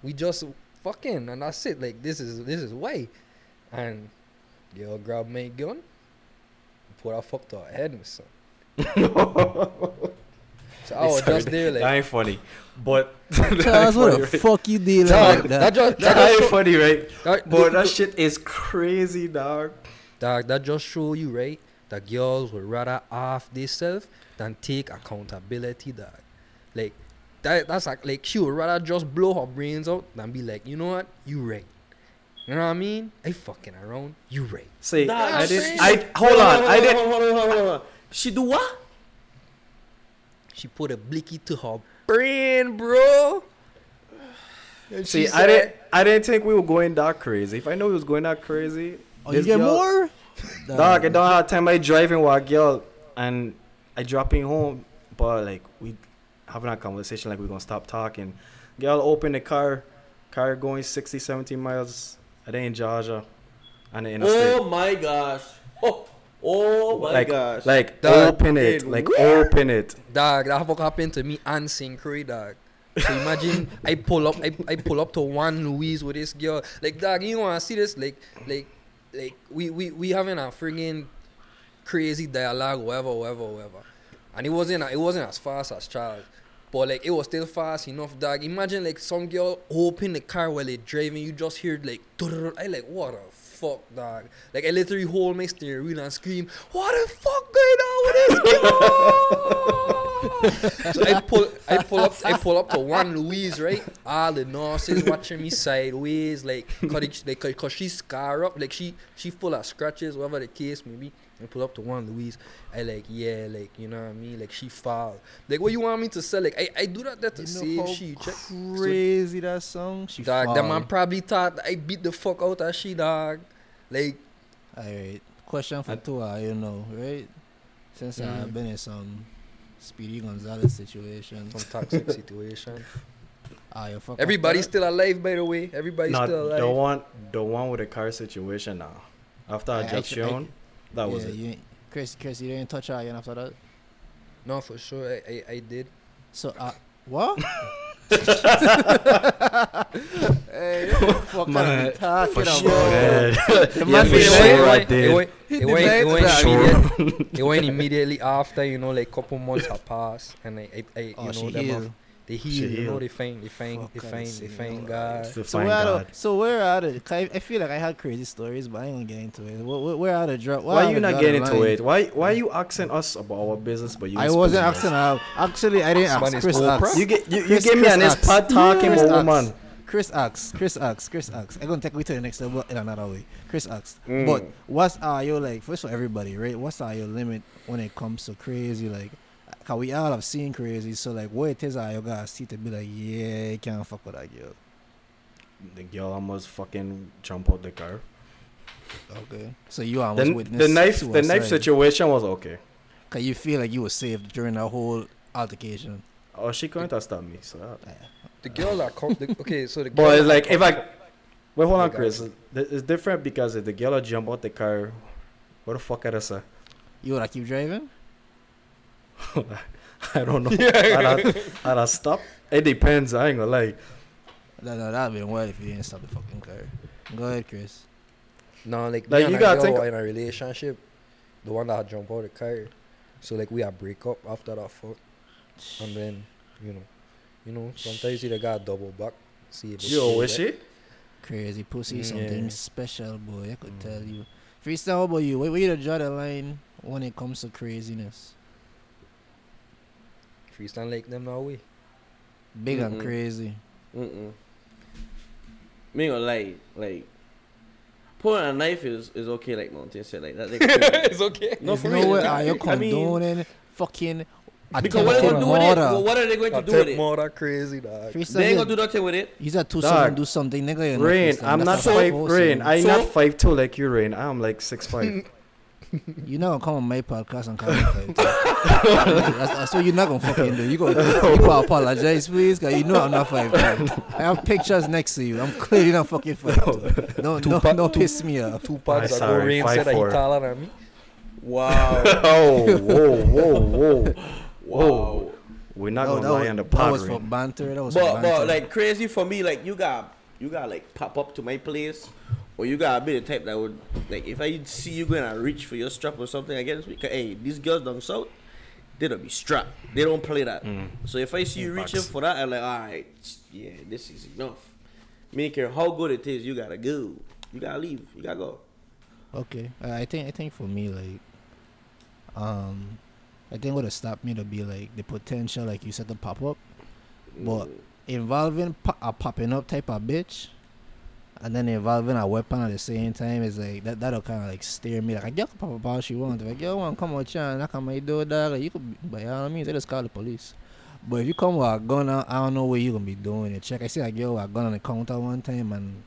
S3: we just fucking and that's it like this is this is why and. Girl grab my gun, put a fuck to her head, my son. So
S2: Oh,
S3: I was
S4: Sorry,
S3: just there
S4: that
S3: like,
S4: ain't funny, but
S2: Charles, what the
S4: right?
S2: fuck you dealing
S3: dog,
S2: with
S3: that
S2: that?
S3: just that,
S4: That
S3: just
S4: ain't
S3: show-
S4: funny, right?
S3: that,
S4: But that shit is crazy, dog.
S3: dog, that just show you right that girls would rather off themselves than take accountability. That like that that's like like she would rather just blow her brains out than be like, you know what, you right. You know what I mean? I fucking around. You right.
S4: Say,
S5: Nah,
S4: I
S5: she-
S4: did. I hold
S5: Hold
S4: on. I
S5: hold
S4: did.
S5: Hold on, hold on, hold on, hold on. She do what?
S3: She put a blicky to her brain, bro. And she
S4: See, I
S3: said-
S4: didn't. I didn't think we were going that crazy. If I know we was going that crazy,
S2: Oh, you
S4: this
S2: get
S4: girl-
S2: more?
S4: Dog, I don't have time. I driving with a girl and I dropping home, but like we having a conversation, like we gonna stop talking. Girl, open the car, car going 60, 70 miles. I didn't in Georgia, and in interstate.
S5: Oh my gosh. Oh, oh my
S4: like,
S5: gosh.
S4: like
S3: Dog,
S4: open it,
S5: it
S4: like
S5: where?
S4: open it.
S3: Dog, that fuck happened to me and Sincree, dog. So imagine I pull up, I, I pull up to Juan Louise with this girl. Like, dog, you wanna see this? Like, like, like we we we having a friggin' crazy dialogue, whatever, whatever, whatever. And it wasn't it wasn't as fast as Charles, but like it was still fast enough, dog. Imagine like some girl open the car while they driving, you just hear like, "Durr." I like what the fuck, dog. Like I literally hold my steering wheel and scream, "What the fuck going on with this girl?" so I pull I pull up I pull up to one Louise, right? All the nurses watching me sideways, like cause, it- like, cause- cause she scar up, like she she full of scratches, whatever the case may be. I pull up to one Louise. I like, yeah, like you know what I mean. Like she foul. Like what you want me to say? Like I, I do that there to
S2: You know
S3: save
S2: how
S3: she. Check. So,
S2: crazy that song. She
S3: dog, that
S2: fall.
S3: man probably thought I beat the fuck out of she dog. Like
S2: Alright, question for Tua, you know, right? Since I've
S4: Mm-hmm.
S3: Mm.
S2: been in some Speedy Gonzalez situation,
S3: some toxic situation.
S2: ah, you fuck
S3: Everybody's still alive, by the way. Everybody's
S4: Not
S3: still
S4: the
S3: alive.
S4: one, the one with the car situation now. After
S2: I- I-
S4: Egyptian, that
S2: That
S4: was
S2: yeah,
S4: it.
S2: You, ain't- Chris, Chris, you didn't touch her again after that.
S3: No, for sure. I, I, I did.
S2: So, uh, what? hey, fuck
S4: Man,
S2: man, talking
S4: For
S2: about?
S4: sure, man.
S2: The
S4: Yeah,
S2: man
S4: for
S2: said,
S4: sure.
S2: "Wait,
S4: I
S3: it, went,
S4: did.
S3: it, went, it, went, it, went
S2: Sure.
S3: immediate- it went immediately after, you know, like couple months had passed, and I, I, I you
S2: Oh,
S3: know,
S2: she
S3: them
S2: healed.
S3: off- they heal, you know,
S4: healed.
S3: they faint, they faint, they
S2: Fuck, I
S3: faint, they
S2: see.
S3: faint,
S2: Alright.
S3: God.
S4: It's the
S2: So
S4: fine
S2: where, are
S4: God.
S2: the, so where are the? 'cause I, I feel like I had crazy stories, but I ain't gonna get into it. Where, where- where are the drop?
S4: Why you not getting
S2: into
S4: into it? Why why you asking us about our business? But you
S2: I
S4: ain't
S2: wasn't
S4: spilling
S2: asking. her. Actually, I didn't
S3: Man
S2: ask
S3: is
S2: Chris.
S3: Oprah.
S2: asked.
S4: You get you, you
S2: Chris-
S4: give me
S2: Chris
S4: an
S2: asks.
S4: iPad talking
S2: Chris
S4: about
S2: asks.
S4: woman.
S2: Chris asks, Chris asks, Chris asks. I'm gonna take we to the next level in another way. Chris asks,
S5: Mm.
S2: but what's are your like? First for everybody, right? What's are your limit when it comes to crazy? Like, cause we all have seen crazy, so like, what it is are you guys see to be like, yeah, you can't fuck with that girl.
S4: The girl almost fucking jump out the car.
S2: Okay. So you almost
S4: The,
S2: witnessed
S4: the knife the knife
S2: suicide.
S4: situation was okay.
S2: Cause you feel like you were saved during that whole altercation.
S4: Oh, she couldn't have stabbed me. So that.
S3: The girl that come, the, okay, so the girl
S4: But it's
S3: that
S4: like
S3: come-
S4: if I wait, hold
S3: I
S4: on,
S3: got
S4: Chris. Th- It's different because if the girl had jump out the car, what the fuck had I say?
S2: You would I keep driving?
S4: I don't know. I'd, have- I'd have stopped. It depends. I ain't gonna lie.
S2: No, no, that'd been wild if you didn't stop the fucking car. Go ahead, Chris.
S3: No, like,
S4: Like,
S3: me and
S4: you
S3: a
S4: gotta
S3: girl
S4: think-
S3: were in a relationship, the one that had jumped out the car. So like we had break up after that fuck, and then you know, you know, sometimes you the guy double back. See if it's
S4: Yo,
S3: still
S4: was
S3: there.
S4: she?
S2: Crazy pussy is
S3: Mm,
S2: something
S3: yeah.
S2: special, boy. I could
S4: Mm.
S2: tell you. Freestyle, how about you? Where, where you to draw the line when it comes to craziness?
S3: Freestyle like them now way.
S2: Big and
S5: Mm-mm.
S2: crazy.
S5: Mm-mm. Me gonna lie, like pulling a knife is is okay, like mountain said, like that. Like,
S3: it's okay.
S5: No,
S2: There's
S5: for
S2: no
S5: real.
S2: way
S5: like,
S2: are you
S5: I mean,
S2: condoning fucking
S5: because what are they
S2: attempted
S5: gonna do with it? Well,
S2: murder.
S5: what are they going to do with it?
S3: more that crazy dog.
S5: They ain't gonna do
S2: Freestyle,
S5: nothing with it.
S2: he's a two something
S4: Dog.
S2: do something, nigga. You're
S4: Rain,
S2: freestyling.
S4: I'm not
S2: That's a
S4: five.
S2: false
S4: Rain,
S2: thing.
S4: I
S5: So-
S4: not five two like you. Rain, I'm like six five.
S2: You not gonna come on my podcast and call me five. that's, that's what you're not gonna fucking do. You go, you go apologize, please, cause you know I'm not five. I have pictures next to you. I'm clearly not fucking five. No, no, no,
S3: Tupac-
S2: no, piss me off.
S3: Two
S4: I'm
S3: parts ago,
S4: sorry,
S3: Rain
S4: five
S3: said that he
S4: four.
S3: taller than me.
S5: Wow.
S4: oh, whoa, whoa, whoa,
S5: wow.
S4: whoa! We're not
S2: No,
S4: gonna
S2: Oh, that
S4: lie
S2: was-
S4: on the
S2: That
S4: pod.
S2: was for
S4: Rain.
S2: banter. That was for
S5: But
S2: banter.
S5: but like crazy for me, like you got you got like pop up to my place, or you got to be the type that would like if I see you going to reach for your strap or something against me. 'cause, Hey, these girls down south, they don't be strapped. They don't play that. So if I see you reaching
S4: Facts.
S5: for that, I'm like, all right, yeah, this is enough. Me don't care how good it is, you gotta go. You gotta leave. You gotta go.
S2: okay, uh, I think I think for me like Um, I think what would stop me to be like the potential, like you said, to pop up, but involving po- a popping up type of bitch, and then involving a weapon at the same time is like that. That'll kind of like steer me. Like a girl can pop up all she wants. If a girl want come out here and knock on my door, dog, like, you could. be- By all means, I just call the police. But if you come with a gun, I I don't know what you gonna be doing. You check. I see a girl with a gun on the counter one time, and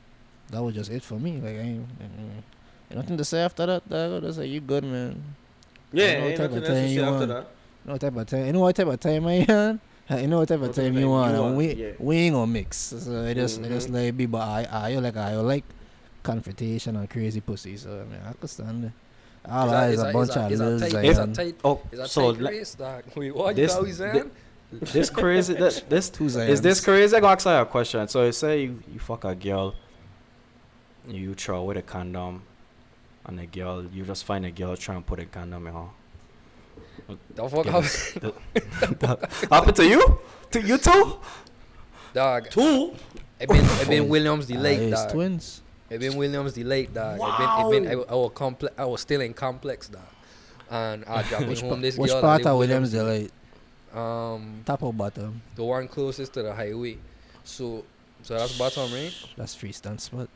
S2: that was just it for me. Like I ain't, I ain't nothing to say after that. Dog. That's like you good, man.
S5: Yeah,
S2: know
S5: ain't
S2: what type
S5: nothing
S2: of
S5: else to
S2: thing
S5: say
S2: you
S5: after
S2: want.
S5: that.
S2: You know what type of time? You know what type of time I on? You know what type of
S5: What type
S2: time you
S5: of time
S2: want? Mm-hmm.
S5: you
S2: and
S5: want,
S2: we
S5: yeah.
S2: we ain't gonna mix. So I just I just
S5: Mhm.
S2: let it be. But I I you like I you like confrontation and crazy pussy. So I mean I could stand it. All that is Ah, a bunch of losers.
S4: it's
S3: It's a
S2: man.
S3: tight.
S4: Oh,
S3: It's a
S4: so
S3: tight
S4: le-
S3: race, dog. Wait, what?
S4: this-
S3: This, you
S4: thi- this crazy. This, this
S2: Two
S4: Is this
S2: Zions.
S4: crazy? I gotta ask you a question. So you say you, you fuck a girl, you throw away the condom, and the girl you just find a girl trying to put a condom in her.
S3: Don't fuck
S4: Yeah,
S3: up,
S4: Happened to you? To you too?
S3: dog.
S5: Two.
S3: I've been, I've been Williams
S2: Ah,
S3: delayed,
S2: it's
S3: dog.
S2: twins.
S3: I've been Williams delayed, dog. I've been, I've been, I, I was complex. I was still in complex, dog. And I dropped
S2: Which,
S3: home
S2: pa-
S3: this
S2: which
S3: girl.
S2: part
S3: I
S2: of
S3: live
S2: Williams they like
S3: Um,
S2: top or bottom?
S3: the one closest to the highway. So, so that's bottom right.
S2: That's freestyle spot.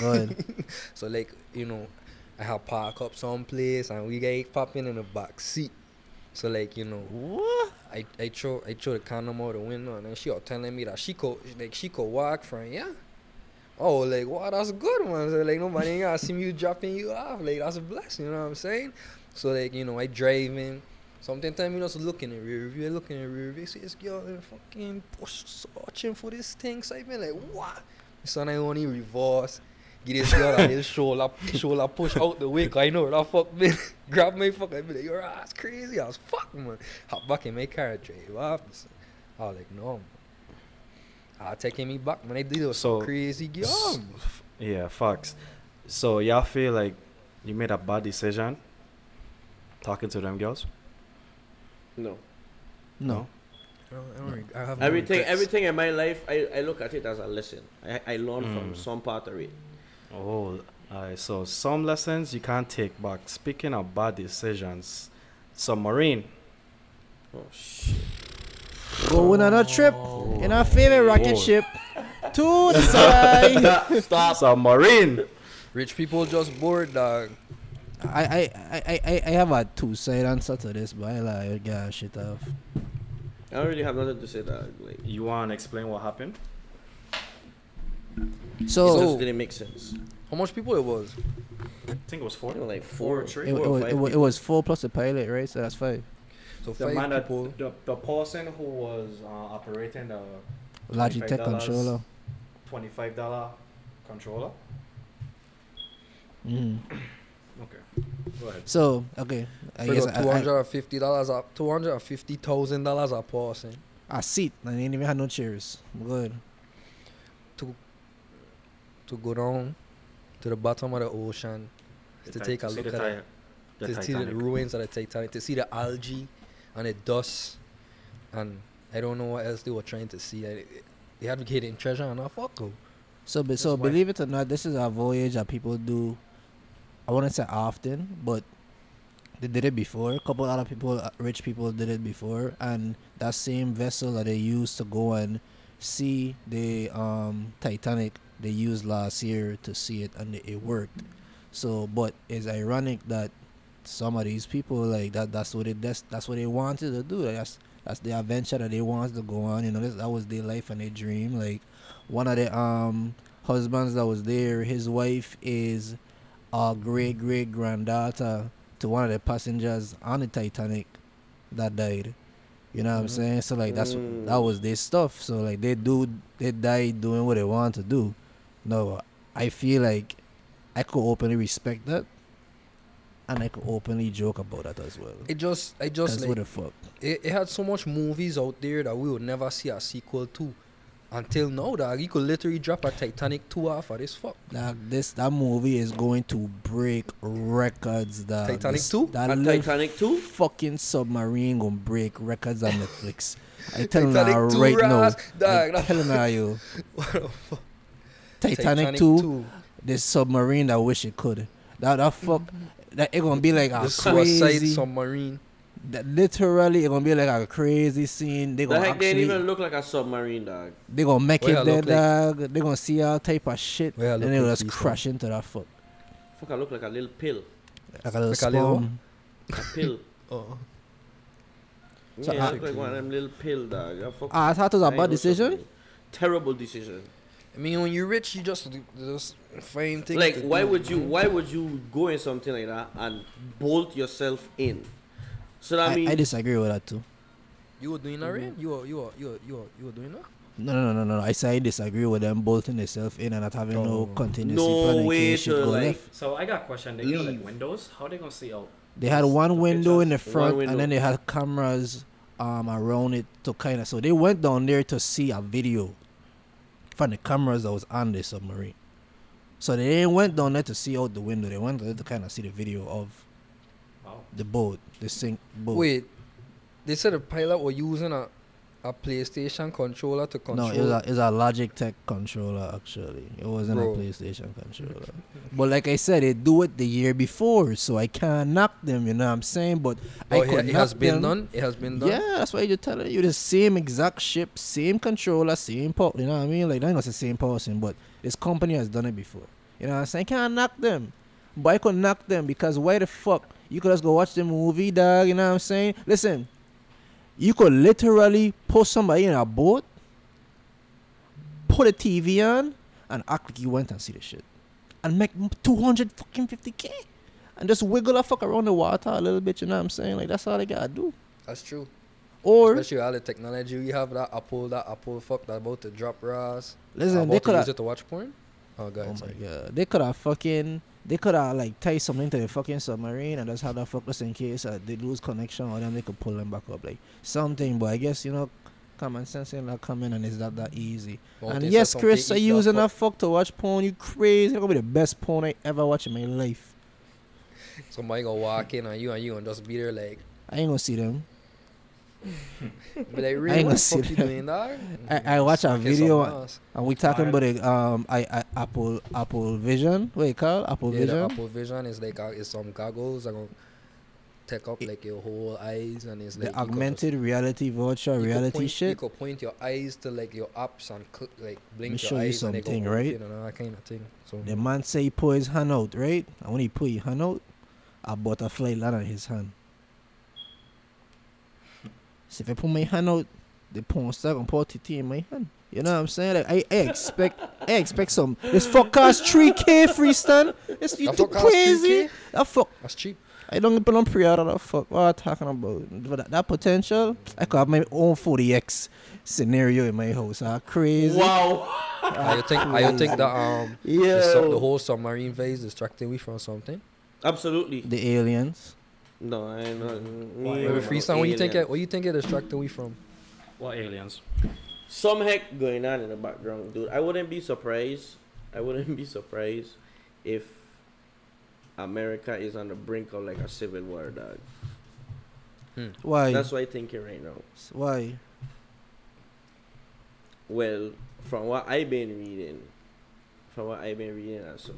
S2: Go ahead.
S3: So like you know, I had park up someplace and we get popping in the back seat. So like you know, I I throw I throw the condom out the window and then she was telling me that she could like she could walk from yeah. Oh like wow that's good man. So like nobody ain't gotta see me dropping you off like that's a blessing. You know what I'm saying? So like you know I driving. Sometimes you just look in the rear view, I look in the rear view, see this girl in fucking bush searching for this thing. So I been like, what? So I only reverse, get this girl and his shoulder, shoulder push out the way. 'cause I know that fuck man. Grab my fuck. I be like, your ass crazy as fuck, man. Hop back in my car, drive off. I was like, no, man. I taking me back, man. They did those
S4: So-
S3: crazy girl. man.
S4: Yeah, facts. So y'all feel like you made a bad decision talking to them girls?
S5: No.
S2: No.
S3: I don't- I don't reg- I have no
S5: Everything,
S3: regrets.
S5: everything in my life, I, I look at it as a lesson. I, I learn from
S4: Mm.
S5: some part of it.
S4: Oh, alright. So some lessons you can't take back. Speaking of bad decisions, submarine.
S5: Oh shit!
S2: Going on a trip in our favorite rocket
S4: Whoa.
S2: ship to the sky.
S5: Stop.
S4: Submarine.
S3: Rich people just bored, dog.
S2: I, I, I, I, I have a two side answer to this, but I like I got shit off.
S5: I don't really have nothing to say. That like, it
S4: You wanna explain what happened?
S2: So
S5: just didn't make sense.
S3: How much people it was?
S4: I think it was four.
S5: You know, like four,
S2: it,
S5: three,
S2: it,
S5: four or
S2: was,
S5: five
S2: it, was, it
S5: people.
S2: was four plus the pilot, right? So that's five.
S3: So
S4: The
S3: five
S4: man that,
S3: people.
S4: the, the person who was uh, operating the
S2: Logitech
S4: $25.
S2: controller.
S4: twenty five dollar controller.
S2: Mm.
S4: Okay. Go ahead.
S2: So okay, I
S3: We
S2: guess
S3: got
S2: I,
S3: two
S2: I,
S3: hundred and fifty dollars a two hundred and fifty thousand dollars a person.
S2: a seat. I didn't even have no chairs. Good.
S3: to go down to the bottom of the ocean to take a look at it,
S4: The
S3: to see the
S4: Titanic.
S3: ruins of the Titanic, to see the algae and the dust, and I don't know what else they were trying to see. I, they had hidden treasure and I fuck 'em.
S2: So, be, so
S3: That's why-
S2: believe it or not, this is a voyage that people do. I wouldn't say often, but they did it before. A couple other people, uh, rich people, did it before, and that same vessel that they used to go and see the um, Titanic, they used last year to see it, and it, it worked. So, but it's ironic that some of these people like that. That's what it. That's that's what they wanted to do. Like, that's that's the adventure that they wanted to go on. You know, this, that was their life and their dream. Like one of the um husbands that was there, his wife is a great great granddaughter to one of the passengers on the Titanic that died. You know what I'm
S3: Mhm.
S2: saying? So like that's
S5: Mm.
S2: that was their stuff. So like they do they die doing what they want to do. No, I feel like I could openly respect that, and I could openly joke about that as well.
S3: It just, I just
S2: That's what
S3: like
S2: the fuck.
S3: it, it had so much movies out there that we would never see a sequel to. Until now, dog, you could literally drop a Titanic two off of this fuck.
S2: That this that movie is going to break records. That
S3: Titanic
S2: this-
S3: 2?
S2: That
S5: And
S2: little
S5: Titanic 2?
S2: Fucking submarine gonna break records on Netflix. I telling
S3: Titanic
S2: her
S3: 2
S2: right now.
S3: Raz, dog,
S2: I
S3: that-
S2: telling her you.
S3: What the fuck?
S2: Titanic, two, this submarine that wish it could. That that fuck. that it gonna be like a
S3: the suicide
S2: crazy.
S3: submarine.
S2: that literally, it gonna be like a crazy scene. They
S5: The
S2: gonna
S5: heck didn't even
S2: actually,
S5: look like a submarine, dog.
S2: they gonna make
S3: Where I
S2: it there,
S3: look
S2: dog. They gonna see all type of shit,
S3: Where I
S2: and
S3: look
S2: they will
S3: like
S2: just
S3: this,
S2: crash into that foot,
S5: Fuck, I look like a little pill.
S2: like a little
S3: Like a little
S2: sperm.
S5: A pill. Uh-huh.
S3: Oh.
S2: So
S5: yeah, I
S2: I-
S5: look like one of them little pill, dog. I fuck.
S2: Ah, I thought it was a
S5: I ain't
S2: bad
S5: no
S2: decision.
S5: submarine. Terrible decision.
S3: I mean, when you're rich, you just just find things.
S5: like
S3: to
S5: why
S3: do.
S5: would you why would you go in something like that and bolt yourself in so that
S2: I,
S5: means
S2: I disagree with that too.
S3: You were doing that,
S2: Mm-hmm.
S3: right? You were you were you were you were, you were doing that.
S2: No, no, no, no, no. I say I disagree with them bolting themselves in and not having
S3: No.
S2: no contingency
S5: No
S2: plan in
S5: way
S2: case shit
S5: to,
S2: go
S5: like-
S2: left.
S6: So I got a question. They give
S5: Leave.
S6: like windows. How they gonna see
S4: oh,
S6: out?
S2: They had one window in the
S5: One
S2: front, and then
S5: window.
S2: they had cameras um around it to kind of. So they went down there to see a video from the cameras that was on the submarine. So they didn't went down there to see out the window. They went there to kind of see the video of
S6: Wow.
S2: the boat, the sink boat.
S3: Wait, they said the pilot were using a a PlayStation controller to control.
S2: No, it was, a, it was a Logic Tech controller actually. It wasn't
S3: Bro.
S2: a PlayStation controller. but like I said, they do it the year before, so I can't knock them. You know what I'm saying? But
S3: Oh,
S2: I
S3: it,
S2: could
S3: it
S2: knock
S3: has been
S2: them.
S3: done. It has been done.
S2: Yeah, that's why you're telling you the same exact ship, same controller, same port. You know what I mean? Like, I know it's the same person, but this company has done it before. You know what I'm saying? Can't knock them. But I could knock them because why the fuck? You could just go watch the movie, dog. You know what I'm saying? Listen, you could literally put somebody in a boat, put a TV on, and act like you went and see the shit. And make 200 fucking 50K. And just wiggle the fuck around the water a little bit, you know what I'm saying? Like, that's all they gotta do.
S3: That's true.
S2: Or
S3: Especially all the technology we have, that Apple, that Apple fuck, that about to drop Ross.
S2: Listen,
S3: about
S2: they
S3: to
S2: could
S3: use
S2: have.
S3: it to watch porn. Oh god,
S2: Oh my
S3: sorry.
S2: god, they could have fucking. They could have like tied something to the fucking submarine and just have that focus in case uh, they lose connection or then they could pull them back up like something. But I guess you know, common sense ain't not coming and it's not that easy.
S3: Well,
S2: and
S3: they said
S2: yes,
S3: something
S2: Chris, I
S3: eat
S2: use
S3: that
S2: enough fuck to watch porn. You crazy? It's gonna be the best porn I ever watch in my life.
S3: Somebody gonna walk in on you and you and just be there like,
S2: I ain't gonna see them.
S3: be like, really,
S2: ain't
S3: what
S2: gonna
S3: the
S2: see
S3: fuck you
S2: that.
S3: doing, dog?
S2: I- I watch a
S3: Suck it
S2: video
S3: some ass.
S2: And we talking
S6: Alright.
S2: about it. Um, I, I Apple Apple Vision. What you call Apple
S3: Yeah, the
S2: Vision?
S3: Apple Vision is like uh, it's some goggles that gonna take up like your whole eyes and it's
S2: the
S3: like you could just-
S2: augmented reality, virtual
S3: you could
S2: reality
S3: point,
S2: shit.
S3: You could point your eyes to like your apps and cl- like blink
S2: show
S3: your
S2: you
S3: eyes and they
S2: something,
S3: go
S2: right?
S3: open and all that kind of thing. So
S2: The man say he put his hand out, right? And when he put his hand out, a butterfly land on his hand. So if I put my hand out, the porn star gonna put TT in my hand. You know what I'm saying? Like I, I expect I expect some this fuck ass 3K freestyle. This you
S3: That
S2: too
S3: fuck cost
S2: crazy.
S3: 3K?
S2: That fuck
S3: That's cheap.
S2: I don't put on pre order that fuck. What are you talking about? For that, that potential, I could have my own 40x scenario in my house. Ah, crazy. Ah,
S5: wow
S3: I you think I you think that um the,
S5: yeah
S3: sub, the whole submarine phase distracting we from something.
S5: absolutely
S2: The aliens.
S5: no i ain't
S6: Why?
S5: not me
S6: Yeah,
S3: Wait, wait,
S5: and no
S3: freestyle, what you think?
S5: alien.
S3: It, what you think it distracting we from?
S6: What aliens?
S5: some heck going on in the background dude i wouldn't be surprised i wouldn't be surprised if america is on the brink of like a civil war dog
S2: Why?
S5: that's what i thinking right now
S2: Why?
S5: Well, from what I've been reading, from what I've been reading, and so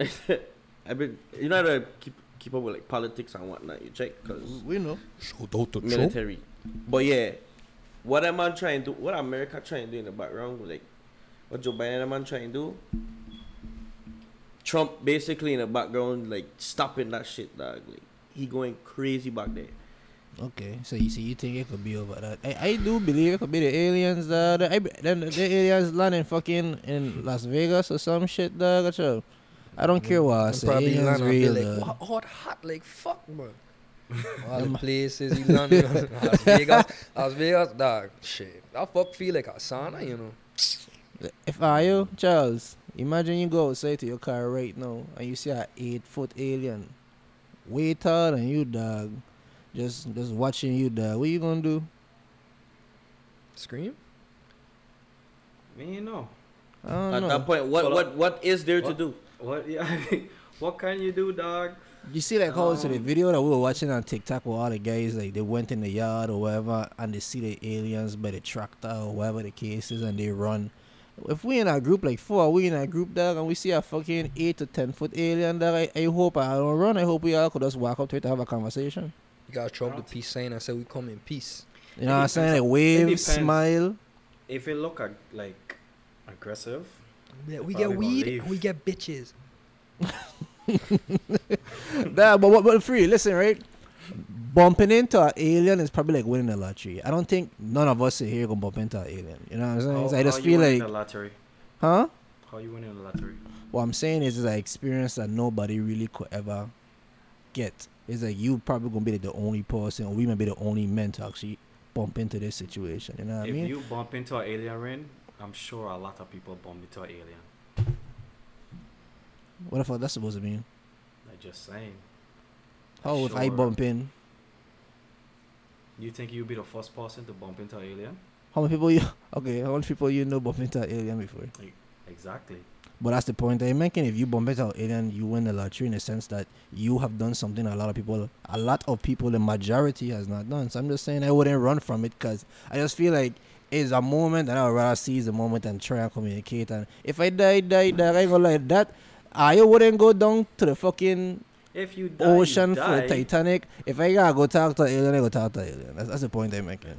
S5: like, I've been you know how to keep keep up with like politics and whatnot. You check because
S2: We know.
S3: Shout out to
S5: military, but yeah, what am I trying to do? What America trying to do in the background? Like, what Joe Biden am I trying to do? Trump basically in the background, like stopping that shit, dog. Like he going crazy back there.
S2: Okay, so you see, you think it could be over that? I, I do believe it could be the aliens. Uh, the, I, be- then the aliens landing fucking in Las Vegas or some shit. Dog, That's all. I don't care what I say.
S3: Probably
S2: Aliens
S3: land and be
S2: real.
S3: like,
S2: dog.
S3: what hot, hot, like fuck, man. All the places he landed, Las Vegas, Las Vegas, dog, shit. That fuck feel like a sauna, you know.
S2: If I you Charles, imagine you go outside to your car right now and you see a eight foot alien, way taller than you, dog. Just just watching you, dog. What you gonna do?
S3: Scream.
S6: Me no.
S2: I don't
S5: At
S2: know.
S5: that point, what
S6: Well,
S5: what what is there to
S6: what-
S5: do?
S6: What? Yeah. what can you do, dog?
S2: You see, like how so the
S6: Um,
S2: video that we were watching on TikTok where all the guys like they went in the yard or whatever and they see the aliens by the tractor or whatever the case is and they run If we in a group like four, we in a group dog, and we see a fucking eight to ten foot alien dog, I, I hope I don't run. I hope we all could just walk up to it to have a conversation.
S3: You gotta drop the peace sign and say we come in peace.
S2: You know what I'm
S4: depends on-
S2: saying? Like
S4: it
S2: wave,
S4: depends.
S2: smile.
S4: If it look ag- like aggressive,
S3: Yeah,
S4: we get Probably gonna weed leave. and we
S3: get bitches.
S2: that, but, but but free. Listen, right? Bumping into an alien is probably like winning the lottery. I don't think none of us here gonna bump into an alien. You know what I'm saying?
S4: how,
S2: So I just
S4: how
S2: feel
S4: you winning
S2: like,
S4: the lottery.
S2: huh?
S4: How you winning the lottery?
S2: What I'm saying is, it's an experience that nobody really could ever get. It's like you probably gonna be like the only person, or we might be the only men to actually bump into this situation. You know what I
S4: if
S2: mean?
S4: you bump into an alien, Ren, I'm sure a lot of people bump into an alien.
S2: what the fuck that's supposed to mean?
S4: Like just saying.
S2: How if I
S4: Sure.
S2: bump in?
S4: You think you'll be the first person to bump into an alien?
S2: How many people you? Okay, how many people you know bump into an alien before?
S4: Exactly.
S2: But that's the point I'm making. If you bump into an alien, you win the lottery in the sense that you have done something a lot of people, a lot of people, the majority has not done. So I'm just saying I wouldn't run from it because I just feel like it's a moment that I would rather seize the moment and try and communicate. And if I die, die, die, I ain't gonna like that. I wouldn't go down to the fucking
S4: If you die,
S2: ocean
S4: you
S2: for
S4: die.
S2: the Titanic. If I gotta go talk to an alien, I go talk to an alien. That's, that's the point I'm making.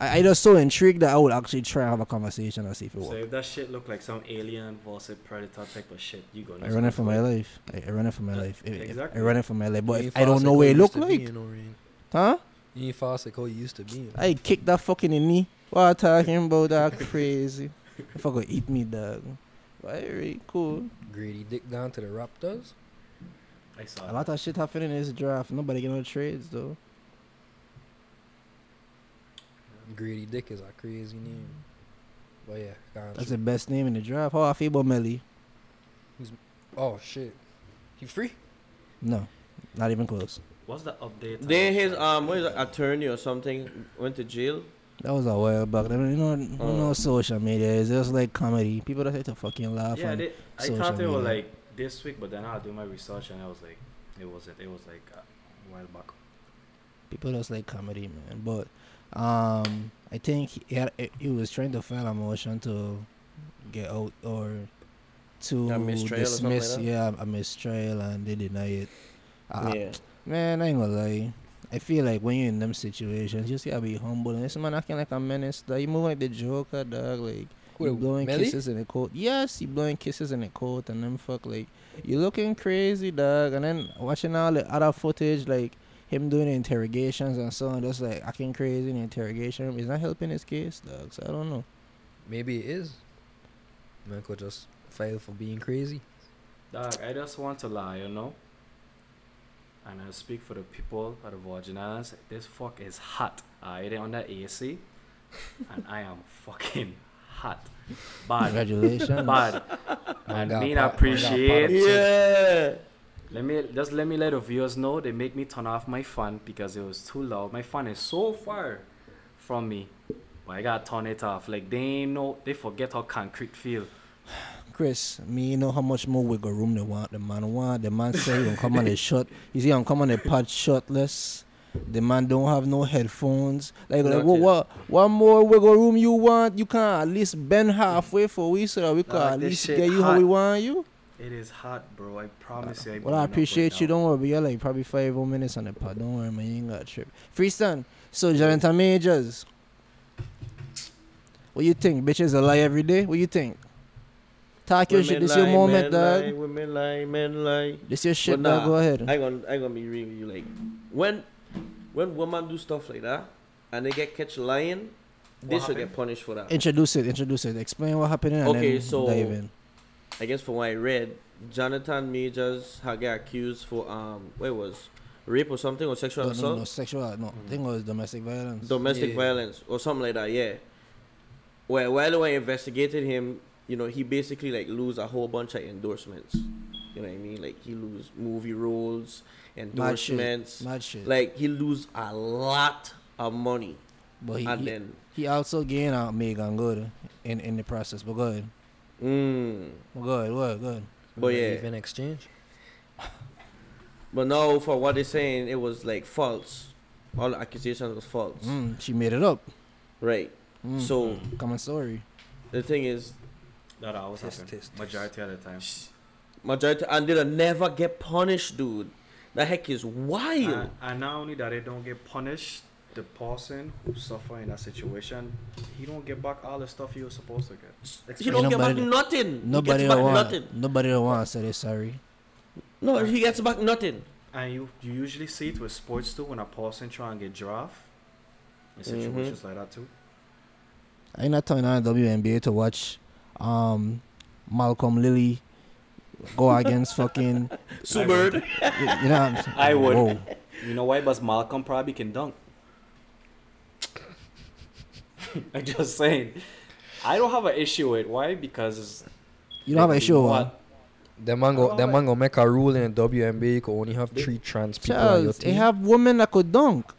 S2: I,
S4: Hmm.
S2: I just so intrigued that I would actually try and have a conversation and see if it
S4: So
S2: works.
S4: if that shit look like some alien versus predator type of shit, you gonna.
S2: I run it for my life. I, I run it for my life. I, I-
S4: Exactly.
S2: I run it for my life. But if I don't know what it look like, huh?
S3: You ain't fast like how you used to be. you know.
S2: I kick that fucking in me. What you talking about? That crazy. If I go eat me, dog. Very cool.
S3: Greedy dick down to the Raptors.
S4: I saw
S2: A lot of shit happening in this draft. Nobody get no trades though.
S3: Greedy dick is a crazy name. But yeah, gone
S2: That's
S3: through.
S2: the best name in the draft. How I feel about Melly?
S3: Oh shit, he free?
S2: No, not even close.
S4: What's the update?
S5: Then
S4: about
S5: his
S4: that?
S5: um, what is it, attorney or something went to jail.
S2: That was a while back. I mean, you know, you know,
S4: Uh.
S5: Oh.
S2: social media is just like comedy. People just like to fucking laugh.
S4: Yeah,
S2: and
S4: they, I
S2: social
S4: thought they were
S2: media.
S4: like this week, but then I do my research and I was like, it wasn't. It was like a while back.
S2: people just like comedy, man. But um, I think he had he was trying to file a motion to get out or to
S5: A mistrial or something like
S2: dismiss,
S5: that?
S2: yeah, a mistrial, and they deny it. Uh,
S5: yeah.
S2: Man, I ain't gonna lie. I feel like when you're in them situations, you just gotta be humble. And this man acting like a menace. Dog. You move like the Joker, dog. Like you blowing
S3: Melly?
S2: kisses in the coat. Yes, you blowing kisses in the coat, and then fuck like you looking crazy, dog. And then watching all the other footage, like him doing the interrogations and so on, just like acting crazy in the interrogation room. It's not helping his case, dog. So I don't know.
S3: Maybe it is. Man could just fail for being crazy.
S4: Dog, I just want to lie, you know. And I speak for the people of the Virgin Islands. This fuck is hot. I it on the AC, and I am fucking hot. Bad,
S2: Congratulations.
S4: bad.
S3: Man
S4: And
S3: got pot-
S4: mean
S3: man got
S4: appreciate.
S3: pot upset.
S5: Yeah.
S4: Let me just let me let the viewers know they make me turn off my fan because it was too loud. My fan is so far from me, but I gotta turn it off. Like they ain't know they forget how concrete feel.
S2: Chris, me you know how much more wiggle room they want. The man want. The man say he gonna come on the shot. He say he gonna come on the pod shirtless. The man don't have no headphones. Like, like
S5: Not
S2: what,
S5: yet.
S2: what, what more wiggle room you want? You can at least bend halfway for we so that we can
S4: Dog,
S2: at
S4: this
S2: least
S4: shit
S2: get you how we
S4: hot.
S2: want you.
S4: It is hot, bro. I promise you. I
S2: Well,
S4: burn
S2: I
S4: up right
S2: appreciate you.
S4: now.
S2: Don't worry, but you're like probably five more minutes on the pod. Don't worry, man. You ain't got a trip. Freestone. So, Jonathan Majors. What you think? Bitches a lie every day? What you think? Talk your shit.
S5: Women
S2: This your
S5: lie,
S2: moment,
S5: men
S2: dog.
S5: lie, women lie, men lie.
S2: This your shit,
S5: nah,
S2: dog. Go ahead.
S5: I gonna I gonna be real with you like when when women do stuff like that and they get catch lying, they
S4: What
S5: should
S4: happened?
S5: get punished for that.
S2: Introduce it. Introduce it. Explain what happened and
S5: Okay,
S2: then
S5: so-
S2: dive in.
S5: I guess from what I read, Jonathan Majors had got accused for um where was rape or something or sexual
S2: No, no,
S5: assault,
S2: no, sexual. uh, No,
S5: Mm.
S2: I think it was domestic violence.
S5: domestic
S3: Yeah.
S5: violence or something like that. Yeah. Well, while I investigated him, you know, he basically like lose a whole bunch of endorsements. You know what I mean? Like he lose movie roles,
S2: Mad shit.
S5: endorsements.
S2: Mad shit.
S5: Like he lose a lot of money,
S2: but he,
S5: and
S2: he,
S5: then
S2: he also gained out Megan Good in in the process. But go ahead.
S5: Mm.
S2: But go ahead. Go ahead. Go ahead.
S5: But yeah.
S3: Even exchange.
S5: But now for what they're saying, it was like false. All the accusations was false.
S2: Mm, she made it up.
S5: Right.
S2: Mm,
S5: So
S2: common story.
S5: the thing is,
S4: That always
S3: Test,
S4: happen.
S3: test,
S4: Majority of the time.
S5: Majority and they'll never get punished, dude. The heck is wild.
S4: And, and not only that, they don't get punished. The person who suffer in that situation, he don't get back all the stuff he was supposed to get.
S5: he don't
S2: Ain't
S5: get back
S2: nobody-
S5: nothing.
S2: Nobody
S5: he gets
S2: don't
S5: back
S2: want.
S5: nothing.
S2: Nobody don't want to say they sorry.
S5: No, he gets back nothing.
S4: And you, you usually see it with sports too when a person try and get draft in situations like that too.
S2: I ain't not turning on WNBA to watch um, Malcolm Lilly go against fucking.
S5: Subird.
S2: You know what I'm saying?
S4: I would.
S2: Whoa.
S4: You know why? Because Malcolm probably can dunk. I'm just saying. I don't have an issue with why because
S2: You don't have an issue with what?
S4: what?
S3: The man
S2: Oh,
S3: go, the
S4: Alright.
S3: man go make a rule in WNBA. You can only have three trans people on your
S2: Charles, they
S3: team.
S2: have women that could dunk.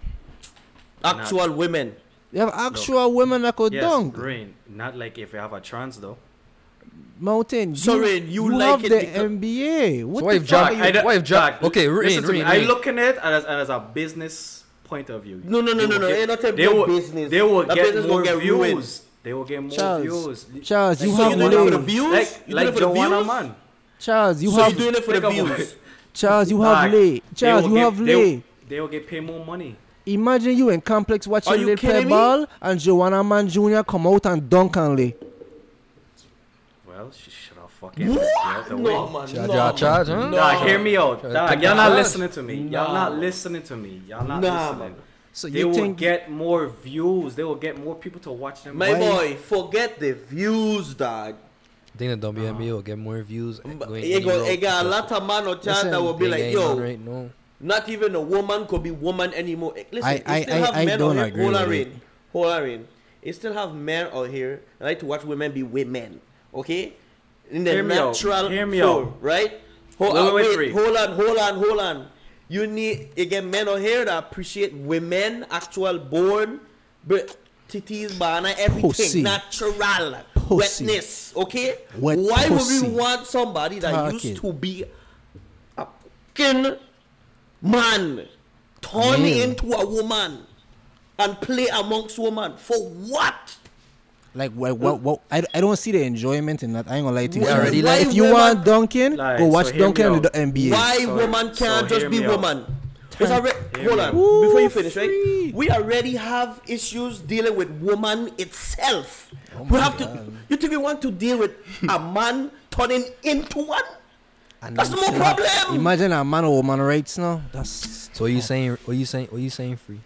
S5: Actual women.
S2: They have actual women that could
S4: Yes,
S2: dunk.
S4: rain. Not like if you have a trans though.
S2: Mountain.
S5: Sorry, you like
S2: love
S5: it
S2: the
S5: because-
S2: NBA. What
S3: So
S2: the
S3: what if
S2: fuck?
S3: Jack?
S4: I don't-
S3: What if Jack?
S4: Jack,
S3: Okay, Rain,
S4: Listen to me.
S3: Rain,
S4: I
S3: Rain.
S4: look at it as, as a business point of view.
S5: No, no,
S4: They
S5: no, no,
S4: will
S5: no.
S4: get-
S5: Ain't not a
S4: they will,
S5: business.
S4: They will
S5: That
S4: get
S5: business
S4: more
S5: gonna get
S4: views.
S5: ruined.
S4: They will get more
S2: Charles,
S4: views.
S2: Charles, you
S5: So
S2: have
S5: you doing it for the
S2: women.
S5: views?
S4: Like,
S5: you doing
S4: like
S5: it for the
S4: Joanna
S5: views?
S4: Man.
S2: Charles, you
S5: So
S2: have
S5: you doing it for the
S4: Think about
S5: views?
S4: it.
S2: Charles, you have
S4: Like,
S2: lay.
S4: they
S2: Charles,
S4: will
S2: you
S4: get-
S2: have
S4: they
S2: lay.
S4: will- They will get paid more money.
S2: Imagine you in complex
S5: Are
S2: watching
S5: you
S2: Lil play
S5: kidding me?
S2: ball and Joanna Man Jr. come out and dunk on Lay.
S4: Well, she should have fucking what? the way.
S3: Charge, charge, charge, huh?
S4: Nah, hear me out.
S3: Charge,
S4: Nah,
S3: charge.
S4: y'all not
S3: Charge.
S4: listening to me. Y'all not listening to me. Y'all not
S5: Nah,
S4: listening.
S5: man.
S2: So
S4: They
S2: you
S4: will
S2: think
S4: get more views. They will get more people to watch them.
S5: My
S2: Why-
S5: boy, forget the views, dog.
S3: I think the WNBA will get more views.
S5: But
S3: going
S5: It
S3: any
S5: got,
S3: route
S5: it got a
S3: because
S5: lot of man or child
S2: Listen,
S5: that will be
S3: they
S5: like,
S3: ain't on
S5: yo,
S3: right now.
S5: not even a woman could be woman anymore. Eh, Listen,
S2: I-
S5: it
S2: I-
S5: still
S2: I-
S5: have
S2: I
S5: men
S2: don't
S5: out
S2: agree
S5: here. Hold
S2: with
S5: on,
S2: it.
S5: Rain. Hold on, Rain. It still have men out here that like to watch women be women. Okay? In the
S4: Hear me out.
S5: natural
S4: Hear me
S5: form,
S4: out.
S5: right? Hold
S4: Wait,
S5: on,
S4: wait, wait,
S5: wait,
S4: Free.
S5: hold on, hold on, hold on. You need again men out here that appreciate women, actual born, but titties, banana, everything,
S2: Pussy.
S5: natural,
S2: Pussy.
S5: wetness. Okay?
S2: Wet
S5: Why
S2: pussy.
S5: would we want somebody that
S2: Talking.
S5: used to be a fucking man turn
S2: Male.
S5: into a woman and play amongst women for what?
S2: like what what, what I, I don't see the enjoyment in that. I ain't gonna lie to you.
S5: Why-
S2: Charles.
S5: already
S2: Like,
S5: like-
S2: if you
S5: why
S2: want
S5: women-
S2: Duncan,
S4: Like,
S2: go
S4: so
S2: watch
S4: hear me
S2: Duncan in the
S4: out.
S2: NBA.
S5: Why
S4: So-
S5: woman can't
S4: so
S5: just
S4: hear
S5: be
S4: me out.
S5: woman? It's alre-
S4: Hear
S5: hold
S4: me
S5: on,
S2: out.
S5: before
S2: Ooh,
S5: you finish,
S2: free.
S5: right? We already have issues dealing with woman itself.
S2: Oh
S5: we have to. You think we want to deal with a man turning into one? That's no
S2: Imagine-
S5: problem.
S2: Imagine a man or woman rights now. That's
S3: So what you saying? What you saying? What you saying? Free.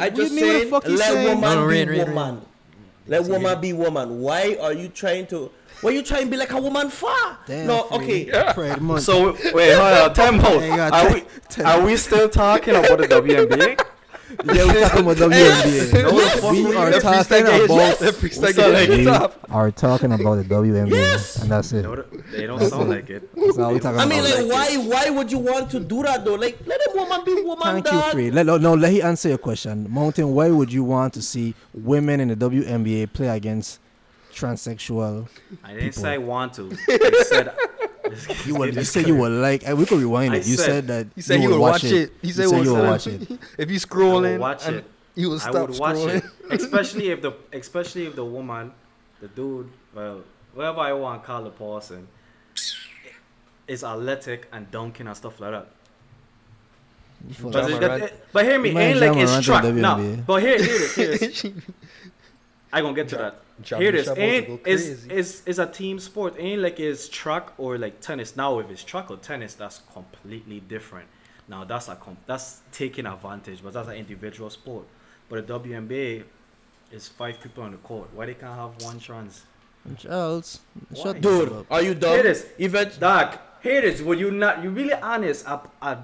S5: I
S2: What
S5: just
S2: do you mean, what
S5: said,
S2: the fuck you
S5: let
S2: saying?
S5: woman
S3: No, no,
S5: be
S3: read, read, read.
S5: woman. Let woman be woman. Why are you trying to? Why you trying to be like a woman for?
S2: Damn,
S5: no,
S2: Fred.
S5: okay.
S2: Fred Munch.
S4: So wait, hold on, time
S2: Hey, you
S4: out.
S2: got
S4: Are
S2: ten-
S4: we
S2: ten-
S4: are we still talking about the WNBA?
S2: yeah, we talking about WNBA.
S3: No, the fuck
S2: we
S3: we-
S2: are
S3: the
S2: talking
S3: freestyle
S2: about.
S3: game- the freestyle game is
S2: We
S3: tough.
S2: are talking about the WNBA,
S5: Yes.
S2: and that's it.
S4: No, they don't sound like it.
S2: That's all we talking
S5: I mean,
S2: about.
S5: like, why? Why would you want to do that though? Like, let a woman be woman.
S2: Thank you,
S5: dog.
S2: Free. Let, no, no, let he answer your question. Mountain, why would you want to see women in the WNBA play against transsexual?
S4: I didn't say I want to. I said
S2: You were, you said you were like, eh, we could rewind
S4: I
S2: it. You
S4: said-
S2: said, that
S3: He said you would watch it. He
S2: You
S3: said he
S2: you
S3: would
S2: would
S3: watch
S2: watch it.
S3: it. If you
S4: I will
S3: scrolling,
S4: watch
S3: and
S4: it.
S3: You will
S4: I
S3: stop
S4: would watch
S3: scrolling.
S4: it, especially if the especially if the woman, the dude, well, whatever I want to call the person, is athletic and dunking and stuff like that.
S2: Full
S4: But,
S2: of-
S4: it-
S3: Jamarant.
S4: but hear me,
S2: Man,
S4: ain't like
S2: Jamarant in
S4: it's track. Nah,
S2: WNBA.
S4: but here, here it is. Here it is. I gonna get to that.
S3: Jam-
S4: Here it is.
S3: Jam-
S4: Ain't
S3: about to go
S4: is
S3: crazy.
S4: is is a team sport. Ain't like it's track or like tennis. Now if it's track or tennis, that's completely different. Now that's a com- that's taking advantage, but that's an individual sport. But the WNBA is five people on the court. Why they can't have one trans?
S2: Charles, shut the fuck
S5: Dude,
S2: up.
S5: are you dumb?
S4: Here it is.
S5: Even
S4: Doc, here it is. Would you not? You really honest? A, a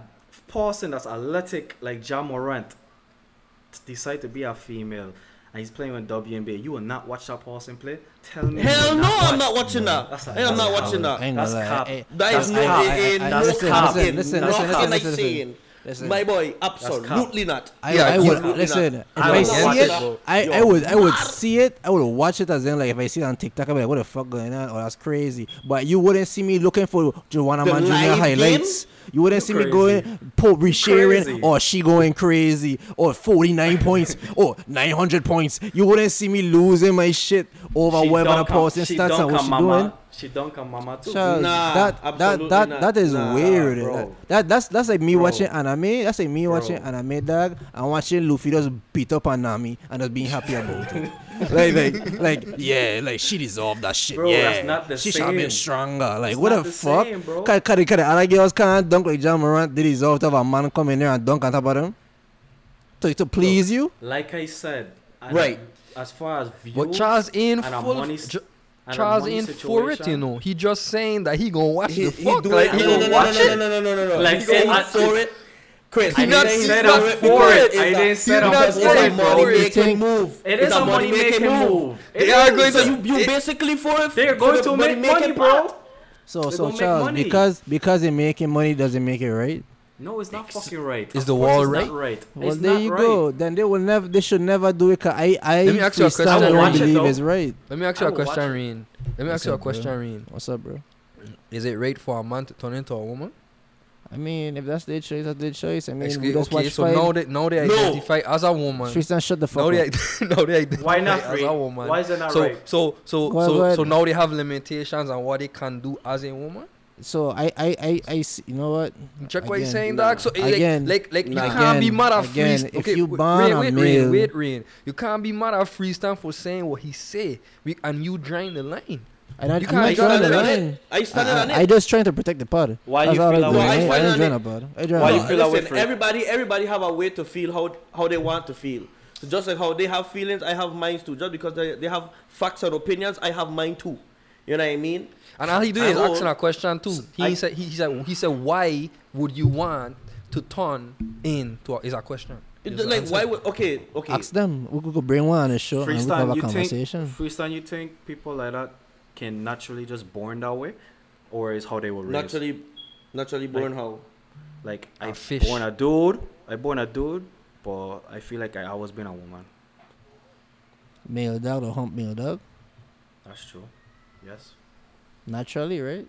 S4: person that's athletic like Ja Morant t- decide to be a female, and he's playing with WNBA. You will not watch that person play. Tell me. you
S5: hell
S4: will
S5: no,
S4: watch.
S5: I'm not watching that.
S4: That's a-
S5: Hey, I'm
S4: that's
S5: not
S4: a
S5: watching
S2: I
S5: that.
S2: ain't gonna
S4: That's
S2: lie.
S4: cap.
S2: I- I-
S5: That
S4: That's
S5: is no,
S4: cap.
S5: it, it,
S4: I- I-
S5: no
S4: listen,
S5: cap
S4: listen,
S5: in
S2: listen,
S5: nothing
S2: listen,
S5: I
S2: listen,
S5: saying.
S2: Listen.
S5: My boy, absolutely not.
S2: I,
S3: Yeah,
S2: I
S3: you-
S2: would
S5: you-
S2: listen.
S5: you-
S2: If
S4: I
S2: I,
S4: would watch
S2: see it,
S4: it,
S5: bro.
S2: I, I
S5: Yo.
S2: would I would see it. I would watch it as in like if I see it on TikTok, I'd be like, "What the fuck going on?" Or that's crazy. But you wouldn't see me looking for Joanna
S5: The
S2: Man Jr.
S5: live
S2: highlights. You wouldn't see
S4: You
S2: me going po
S4: crazy.
S2: resharing or she going crazy or forty nine points or nine hundred points. You wouldn't see me losing my shit over
S4: She
S2: whether the
S4: dunk her-
S2: person
S4: she
S2: starts
S4: dunk
S2: and what
S4: her
S2: she
S4: mama.
S2: doing.
S4: She dunk her mama too.
S2: Charles,
S5: Nah,
S2: that, that,
S5: absolutely
S2: that,
S5: not.
S2: that is
S5: Nah,
S2: weird.
S5: bro.
S2: That, that that's that's like me
S4: Bro.
S2: watching anime. That's like me watching
S4: Bro.
S2: anime, dog. And watching Luffy just beat up on Nami and just being happy about it. like like like yeah, like she deserved that shit.
S4: Bro,
S2: yeah,
S4: that's not the
S2: she should have
S4: same.
S2: been stronger. Like
S4: It's
S2: what
S4: not
S2: the
S4: the
S2: fuck?
S4: same, bro.
S2: Can, can, can the other girls can't dunk like John Morant did deserve to have a man come in there and dunk on top of them to to please you?
S4: Like I said, and
S5: Right.
S4: As far as views,
S3: But Charles in
S4: and a
S3: full.
S4: money s-
S3: Ch-
S4: and a
S3: Charles
S4: money
S3: in for it, you
S4: situation.
S3: know. He just saying that he gonna watch
S5: He,
S3: the
S5: he
S3: fuck.
S5: do
S3: like, he
S5: it. No, no, no,
S3: gonna
S5: no,
S3: watch
S5: no, no,
S3: it.
S5: no, no, no, no, no.
S4: Like,
S5: he
S4: say,
S5: going
S4: I-
S5: for it. Chris,
S4: I
S5: he
S4: didn't
S5: say he's
S4: say that
S5: for it
S4: for
S5: because
S4: it.
S5: it's
S4: I
S5: a-
S4: didn't say that
S5: because
S3: for
S5: it's a
S3: it.
S5: money-making move.
S4: It
S5: It's
S4: is
S5: a
S4: a money making move. It
S3: They are
S4: is.
S3: going
S5: So
S3: to-
S5: you, you
S3: It-
S5: basically for it.
S4: They're
S5: for
S4: going
S5: the
S4: to make money,
S5: money-making
S4: bro.
S5: part?
S2: So
S4: They
S2: so
S4: gonna make
S2: Charles,
S4: money.
S2: because because they're making money doesn't make it right.
S4: No, it's not fucking right.
S3: Is
S4: Of
S3: the
S4: course
S3: wall
S4: it's
S3: right?
S4: Not right.
S2: Well,
S4: it's
S2: there
S4: not
S2: you
S4: right.
S2: go. Then they will never. They should never do it. 'cause I, I,
S3: Let me ask you a
S2: freestyle
S3: question. I will
S2: don't
S3: watch it,
S2: believe
S4: though.
S2: it's right.
S3: Let me ask you
S4: I
S3: a
S4: will watch
S3: question,
S4: it.
S3: Reen. Let me ask you a
S2: Listen, bro.
S3: question, Reen.
S2: What's up, bro?
S3: Is it right for a man to turn into a woman?
S2: I mean, if that's their choice, that's their choice. I mean, we
S3: Excuse-
S2: just
S3: okay,
S2: watch
S3: so
S2: fight.
S3: now they now they
S5: No.
S3: identify as a woman.
S2: freestyle, shut the fuck
S3: Now
S2: up.
S3: they now they identify
S4: Why not
S3: as
S4: free?
S3: a woman.
S4: Why is it not
S3: so,
S4: right?
S3: so so
S2: Go
S3: so
S2: ahead.
S3: so now they have limitations on what they can do as a woman.
S2: so I, I, I, I see- you know what?
S3: Check what you're
S2: Again.
S3: saying,
S5: Nah.
S3: dog. So eh, like,
S2: Again.
S3: like like
S5: Nah.
S3: you can't be
S2: Again.
S3: mad at
S2: Again.
S3: freestyle.
S2: If you
S3: w-
S2: ban a
S3: wait, wait, Reen,
S2: male-
S3: wait, Reen. You can't be mad at freestyle for saying what he say, We- and you drawing the line.
S2: I don't,
S3: You
S2: I'm
S3: can't-
S2: not
S3: you
S2: drawing
S3: can't
S2: the
S3: do that.
S2: line.
S5: I
S2: I,
S5: stand on
S2: I, I
S5: it.
S2: just trying to protect the pod.
S4: Why
S2: That's
S4: you
S2: all
S4: feel
S2: I
S4: that
S2: do.
S4: way?
S2: I
S5: Why you
S2: ain't- I
S5: feel
S2: ain't
S5: that
S2: drawing
S5: way?
S2: a pod. I drawing
S4: Why
S2: a
S4: you
S2: pod.
S4: feel that way,
S5: Listen,
S4: Fred?
S5: everybody, everybody have a way to feel how how they want to feel. So just like how they have feelings, I have mine too. Just because they, they have facts and opinions, I have mine too. You know what I mean?
S3: And all he do
S5: I
S3: is
S5: will-
S3: asking a question too. He
S5: I-
S3: said he, he said he said why would you want to turn into a, is a question.
S5: It-
S3: Is the
S5: like
S3: answer.
S5: why would okay okay?
S2: Ask them. We could go bring one on the show and we could have
S4: Freestyle,
S2: a
S4: you think
S2: conversation.
S4: freestyle, you think people like that can naturally just born that way, or is how they were raised?
S5: naturally, naturally born how?
S4: Like
S3: A
S4: I
S3: fish.
S4: born a dude, I born a dude, but I feel like I always been a woman.
S2: Male dog or hump male dog.
S4: That's true. Yes. Mm-hmm.
S2: Naturally, right?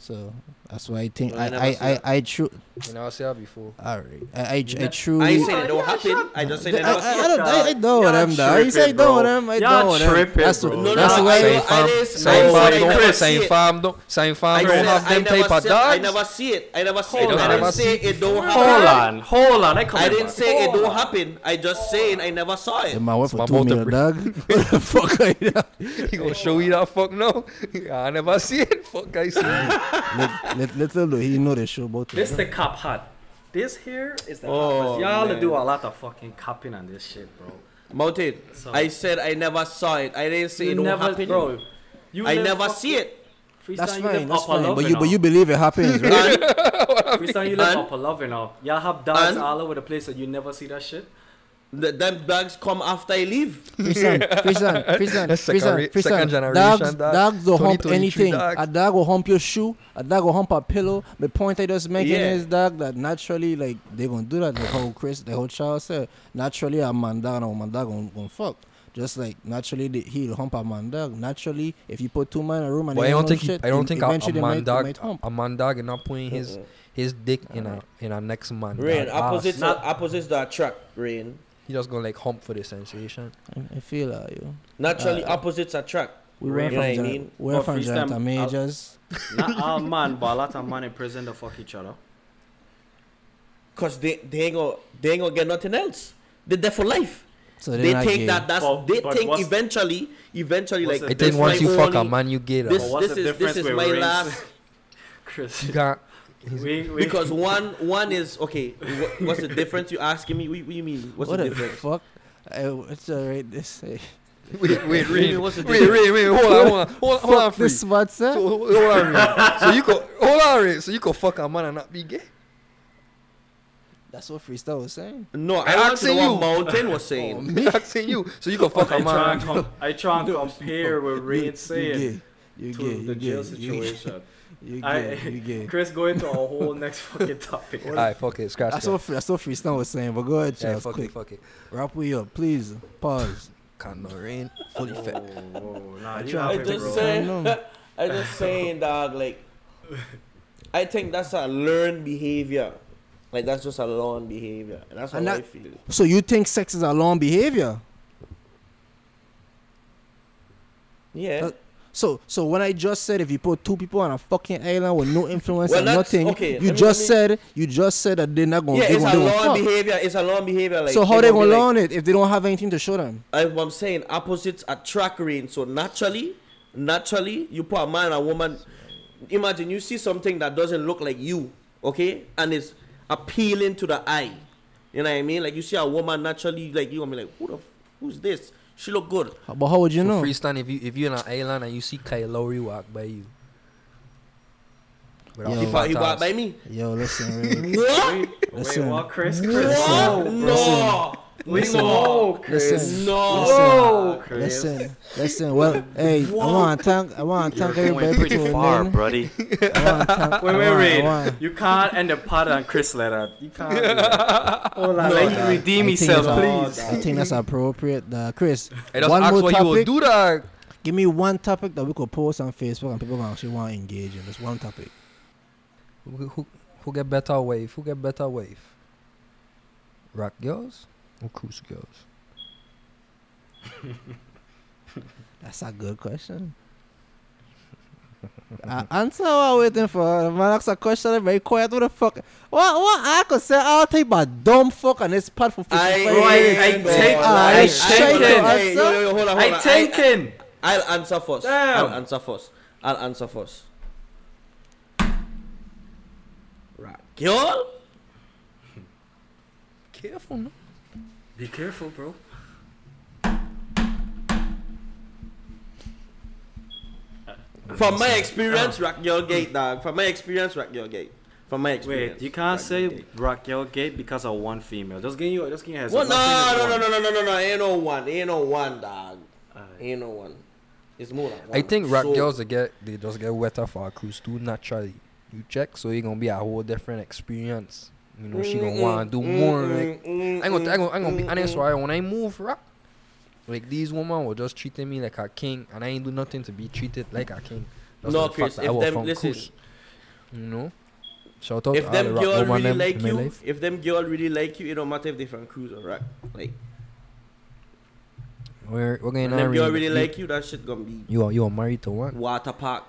S2: So that's why I think
S5: Well,
S2: I
S5: I never
S2: I
S5: see
S2: I, I,
S5: that.
S2: I tru-
S3: You know I said that before.
S2: All right. I, I, I
S4: Oh, Yeah.
S2: truly.
S5: I
S2: I,
S5: ain't saying it don't happen. I just say that.
S2: I,
S5: don't-
S2: I don't. I, I know what
S4: Y'all
S2: I'm done. I say
S4: tripping,
S2: know what
S4: bro.
S2: I'm. I
S4: Y'all
S2: know what I'm.
S4: tripping,
S2: That's
S4: bro.
S2: what.
S5: No, no,
S2: That's
S5: no,
S2: why.
S5: I-
S3: Same farm, same
S5: didn't- no,
S3: farm,
S5: I
S3: don't
S5: never
S3: same
S5: see it.
S3: farm, don't same farm,
S5: I
S3: don't
S5: said
S3: have
S5: I
S3: them
S5: never
S3: type of
S5: said- I
S3: dogs.
S5: never see it. I never see it.
S4: Hold
S5: I
S4: on.
S5: never
S4: Never
S5: say
S3: see-
S5: it don't
S4: Hold
S5: happen.
S4: on, hold on. I come
S5: I
S4: back.
S5: didn't say it don't happen. I just saying I never saw it.
S2: It might work
S3: my
S2: for two
S3: motor
S2: mil,
S3: break.
S2: dog. What the fuck are you doing?
S3: He gonna show you that fuck no. I never see it. Fuck I see it.
S2: Lit- lit- Little do he know the show about
S4: This
S2: it.
S4: the cop hat. This here is the
S5: Oh,
S4: cop hat. Y'all
S5: man.
S4: do a lot of fucking copying on this shit, bro.
S5: Mountain.
S4: So-
S5: I said I never saw it. I didn't say it
S4: You
S5: don't
S4: never,
S5: happen.
S4: bro. You
S5: I
S4: live
S5: never
S4: fuck-
S5: see it.
S4: Freestyle,
S2: That's
S4: you
S2: fine.
S4: live
S2: That's
S4: upper
S2: fine. But
S4: Loving
S2: you but
S4: now.
S2: you believe it happens, right?
S5: And
S4: Freestyle, you live
S5: And-
S4: upper loving now. Y'all have dogs
S5: And-
S4: all over the place, and you never see that shit.
S5: the, them bags come after I leave.
S2: Freestyle, freestyle, freestyle,
S3: That's second
S2: freestyle,
S3: re- second
S2: freestyle.
S3: generation,
S2: Dogs,
S3: dog.
S2: dogs will hump
S3: 2023
S2: anything.
S3: dog.
S2: A dog will hump your shoe. A dog will hump a pillow. The point I just making
S5: Yeah.
S2: is, dog, that naturally, like they gonna do that. The whole Chris, the whole Charles said, naturally, a man dog and a woman dog gonna, gonna fuck. Just like naturally, the, he'll hump a man dog. Naturally, if you put two men in a room and
S3: But I
S2: they
S3: don't
S2: don't know
S3: think he,
S2: shit,
S3: I don't
S2: e-
S3: think a, a
S2: eventually they
S3: man
S2: might, they
S3: dog
S2: might hump.
S3: a man dog is not putting his his dick in a in a next man.
S5: Rain,
S3: dog
S5: opposites
S3: ass.
S5: are, opposites that attract. Rain.
S3: He just gonna like hump for the sensation.
S2: I- I feel like you.
S5: Naturally,
S3: Uh.
S5: opposites attract.
S2: We went from
S5: You know what I
S2: gen-
S5: mean?
S2: we went
S4: But
S2: from
S4: freestyle,
S2: Jonathan
S4: I'll-
S2: Majors.
S4: Not
S2: ah,
S4: all man, but a lot of man in prison to fuck each other.
S5: Cause they, they ain't gonna they ain't gonna get nothing else. They're there for life.
S2: So
S5: they
S2: not
S5: think
S2: gay.
S5: that that's
S4: But-
S5: they
S4: but
S5: think
S4: what's-
S5: eventually eventually
S4: what's
S5: like
S3: I
S4: the
S5: this
S3: think
S5: is
S3: once
S5: my
S3: you fuck a
S5: only-
S3: man, you gay. dog.
S5: This
S4: But what's
S5: this
S4: the
S5: is this
S4: difference
S5: is
S4: with
S5: my
S4: race?
S5: last
S4: Chris,
S3: You can't-
S4: we, we,
S5: because one one is okay. wha- what's the difference? You asking me? What, what do you mean? What's
S2: what
S5: the
S2: the
S5: difference?
S2: fuck? I, it's alright. This eh,
S3: Wait, wait,
S5: Really,
S3: wait,
S5: what's the
S3: wait, wait, wait, hold on, hold on, hold on, hold on,
S2: fuck this
S3: Free.
S2: what's
S3: So, ho- hold on, Ray. so you go, hold on, Ray. So you go fuck a man and not be gay?
S2: That's what freestyle was saying.
S5: No,
S3: I
S5: I want to know
S3: asking you.
S5: what Mountain was
S3: Oh,
S5: saying.
S3: me asking you. So you go fuck
S4: I
S3: a
S4: try and
S3: man.
S4: com- I try and compare what
S2: You-
S4: Rain saying
S2: You
S4: to
S2: gay. You
S4: the
S2: gay.
S4: jail
S2: You gay.
S4: situation.
S2: You
S6: I-
S2: gay. You gay.
S6: Chris, go into a whole next fucking topic.
S3: Alright, fuck it. Scratch
S2: That's
S3: that.
S2: what that's what Freestyle was saying. But go ahead,
S3: Yeah,
S2: Charles.
S3: fuck
S2: quick,
S3: it, fuck it.
S2: wrap we up, please. Pause.
S3: Condo rain, fully
S4: Oh,
S6: Whoa,
S3: fed.
S6: whoa, nah,
S2: I
S6: you
S2: tried
S6: have
S2: to
S6: it,
S2: take
S6: bro.
S2: the
S5: say-
S2: time, no.
S5: I just saying, dog. Like, I think that's a learned behavior. Like that's just a learned behavior, and that's how
S2: And
S5: I
S2: that-
S5: feel.
S2: So you think sex is a long behavior?
S5: Yeah.
S2: That- So so when I just said if you put two people on a fucking island with no influence
S5: Well,
S2: and
S5: that's-
S2: nothing,
S5: okay, let
S2: you
S5: me-
S2: just
S5: let
S2: said you just said that they're not gonna.
S5: yeah,
S2: they
S5: it's
S2: gonna,
S5: a
S2: they gonna
S5: learned
S2: fuck.
S5: behavier. It's a learned behavior. Like,
S2: so how they gonna
S5: be like-
S2: learn it if they don't have anything to show them?
S5: I, I'm saying opposites attract rain. So naturally, naturally, you put a man and a woman. Imagine you see something that doesn't look like you, okay, and it's appealing to the eye. You know what I mean? Like you see a woman naturally, like you gonna be like, who the, f- who's this? She look good.
S2: But how would you know?
S3: Freestyle, if you if you're in an island and you see Kyle Lowry walk by you, without
S2: Yo.
S5: He fought, he
S3: photos.
S5: walked by me.
S2: Yo, listen, really.
S5: What?
S6: Wait, wait,
S2: Listen.
S6: what, Chris?
S5: What?
S6: Chris,
S5: No.
S2: Listen.
S6: no,
S2: Listen.
S6: Chris.
S5: No.
S6: Whoa, Chris.
S2: listen, listen. Well, hey, I want to thank I want to
S6: You're
S2: thank
S6: going
S2: everybody for
S6: pretty
S2: tuning
S7: Far,
S2: in.
S7: buddy.
S2: I wanna
S6: Wait, wait,
S2: thank- I wanna- I
S6: wait.
S2: wanna-
S6: You can't end the pod on Chris letter. You can't. do that. Oh, la, let him redeem
S2: I think
S6: himself,
S2: that's a-
S6: please.
S2: I think that's appropriate. Uh, Chris,
S3: I just
S2: one
S3: asked
S2: more
S3: what you would
S2: topic.
S3: do, dog.
S2: Give me one topic that we could post on Facebook and people can actually want to engage in. That's one topic.
S3: Who, who, who get better wave? Who get better wave? Rock girls or cruise girls?
S2: That's a good question. I answer what I'm waiting for. The man asks a question, I'm very quiet. What the fuck? What, what? I could say I'll take my dumb fuck on this part for 55 minutes.
S6: I take-
S2: I
S5: I
S2: take
S5: take
S2: it.
S5: it. Hey, yo, yo, yo, hold on, hold on.
S6: I take him.
S5: I'll answer first.
S6: Damn.
S5: I'll answer first. I'll answer first. Right. Girl?
S3: Careful, no?
S6: Be careful, bro.
S5: From my experience, rock your gate, dog. From my experience, rock your gate. From my experience.
S6: Wait, you can't
S5: rock your
S6: say
S5: gate.
S6: Raquel Gate because of one female. Just give you, just give you heads.
S5: Well,
S6: up. Not
S5: no,
S6: saying
S5: no, no,
S6: it's
S5: no,
S6: one.
S5: no, no, no, no. Ain't no one. Ain't no one, dog.
S6: Alright.
S5: Ain't no one. It's more than one.
S3: I think rock
S5: So-
S3: girls they get they just get wetter for a cruise too naturally. You check, so you gonna be a whole different experience. You know, she gonna wanna do more. Like I'm gonna, I'm gonna, I'm gonna be honest, right? When I move, right? Like these women were just treating me like a king, and I ain't do nothing to be treated like a king. That's
S5: No,
S3: the fact
S5: Chris,
S3: that I
S5: if
S3: was
S5: them-
S3: from
S5: listen.
S3: Cruz. you know. Shout out
S5: If
S3: to
S5: them
S3: all the
S5: girl
S3: rock woman
S5: really
S3: them
S5: like
S3: in my
S5: you,
S3: life.
S5: if them girl really like you, it don't matter if they from cruise or rock. Like,
S3: We're we're
S5: if
S3: going
S5: them girl really like you, that shit gonna be
S3: you. Are you are married to one?
S5: water park.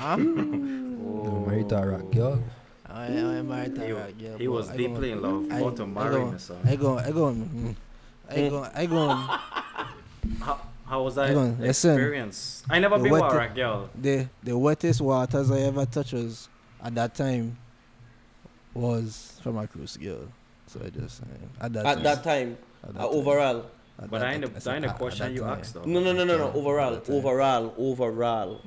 S3: You're married to a rock girl.
S2: I, I married
S6: He,
S2: that. Yeah,
S6: he
S2: boy,
S6: was
S2: I
S6: deeply in love.
S2: I-
S6: About to
S2: I
S6: marry
S2: don't-
S6: me, so.
S2: I go, I go, mm, I go, I go.
S6: How, how was that
S2: Hang on, listen.
S6: experience? I never
S2: The
S6: been with
S2: wet-
S6: a rock girl.
S2: The the wettest waters I ever touched was at that time was from a cruise girl. So I just saying, at that
S5: At
S2: time,
S5: that time,
S2: at that
S5: uh,
S2: time,
S5: overall.
S6: But
S2: at that
S6: I ain't
S2: time,
S6: the,
S2: said
S6: I ain't the
S2: at- at
S6: question
S2: that
S6: you
S2: time.
S6: asked though.
S5: No, no, no, no, no.
S2: Time,
S5: Overall,
S2: that time.
S5: overall, overall,
S2: Oh,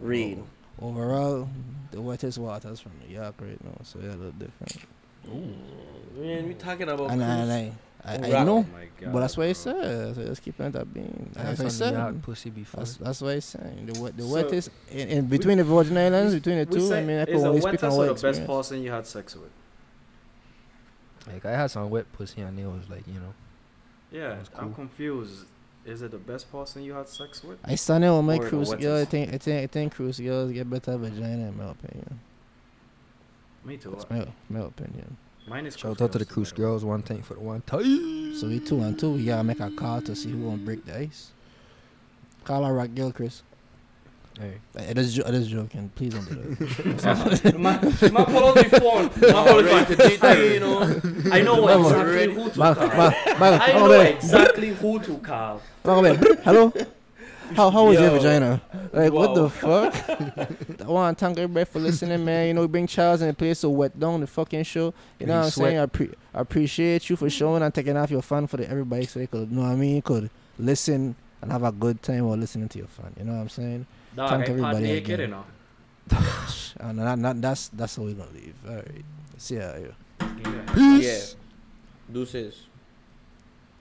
S2: no.
S5: rain.
S2: Overall, the wettest waters from New York right now, so yeah, a little different.
S5: Man, we talking about.
S2: And I, and
S5: cruise.
S2: I, I, I
S5: Right.
S6: Oh
S2: know,
S6: my
S2: but that's why I
S6: bro.
S2: said. So just keep it at that being. That's what I
S3: That's on the
S2: said.
S3: yard, pussy before.
S2: That's that's what I'm saying. The wet, the
S6: So-
S2: wettest in, in between the Virgin Islands, between the
S6: We
S2: two. I
S6: say-
S2: mean, I
S6: is
S2: can
S6: the
S2: only speak
S6: wettest
S2: on
S6: or
S2: what
S6: the best
S2: experience.
S6: person you had sex with.
S3: Like I had some wet pussy and it was like you know.
S6: Yeah,
S3: That's
S6: I'm
S3: cool.
S6: confused. Is it the best person you had sex with?
S2: I stand there with my
S6: Or the
S2: cruise
S6: wettest.
S2: girl. I think I think I think cruise girls get better vagina in my opinion.
S6: Me too.
S2: That's my my opinion.
S6: Mine is
S3: Shout out to the
S6: confused, no
S3: cruise
S6: matter what.
S3: girls one time for the one time.
S2: So we two and two. We gotta make a call to see who gonna break the ice. Call our rock girl, Chris.
S3: Hey.
S2: I, I just jo- I just joking. Please don't do that.
S6: man, man pull out the phone. Man pull out the phone.
S5: You know,
S6: I know
S2: Man,
S6: exactly who to
S2: Ma-
S6: call.
S2: ma- ma-
S6: I
S2: oh,
S6: know
S2: man.
S6: exactly who to call.
S2: Wrong way. Oh, Hello? How how was
S5: Yo.
S2: your vagina? Like what the fuck? I want to thank everybody for listening, man. You know, we bring Charles in the place so wet down the fucking show. You know
S3: Bring
S2: what I'm
S3: sweat.
S2: saying? I, pre- I appreciate you for showing and taking off your fan for the everybody so they could you know what I mean could listen and have a good time while listening to your fan. You know what I'm saying?
S6: Dog,
S2: Thank
S6: I part
S2: everybody
S6: naked,
S2: again.
S6: you know.
S2: And that, that, that's that's how we're gonna leave. All right. See ya.
S6: Yeah.
S5: yeah. Deuces.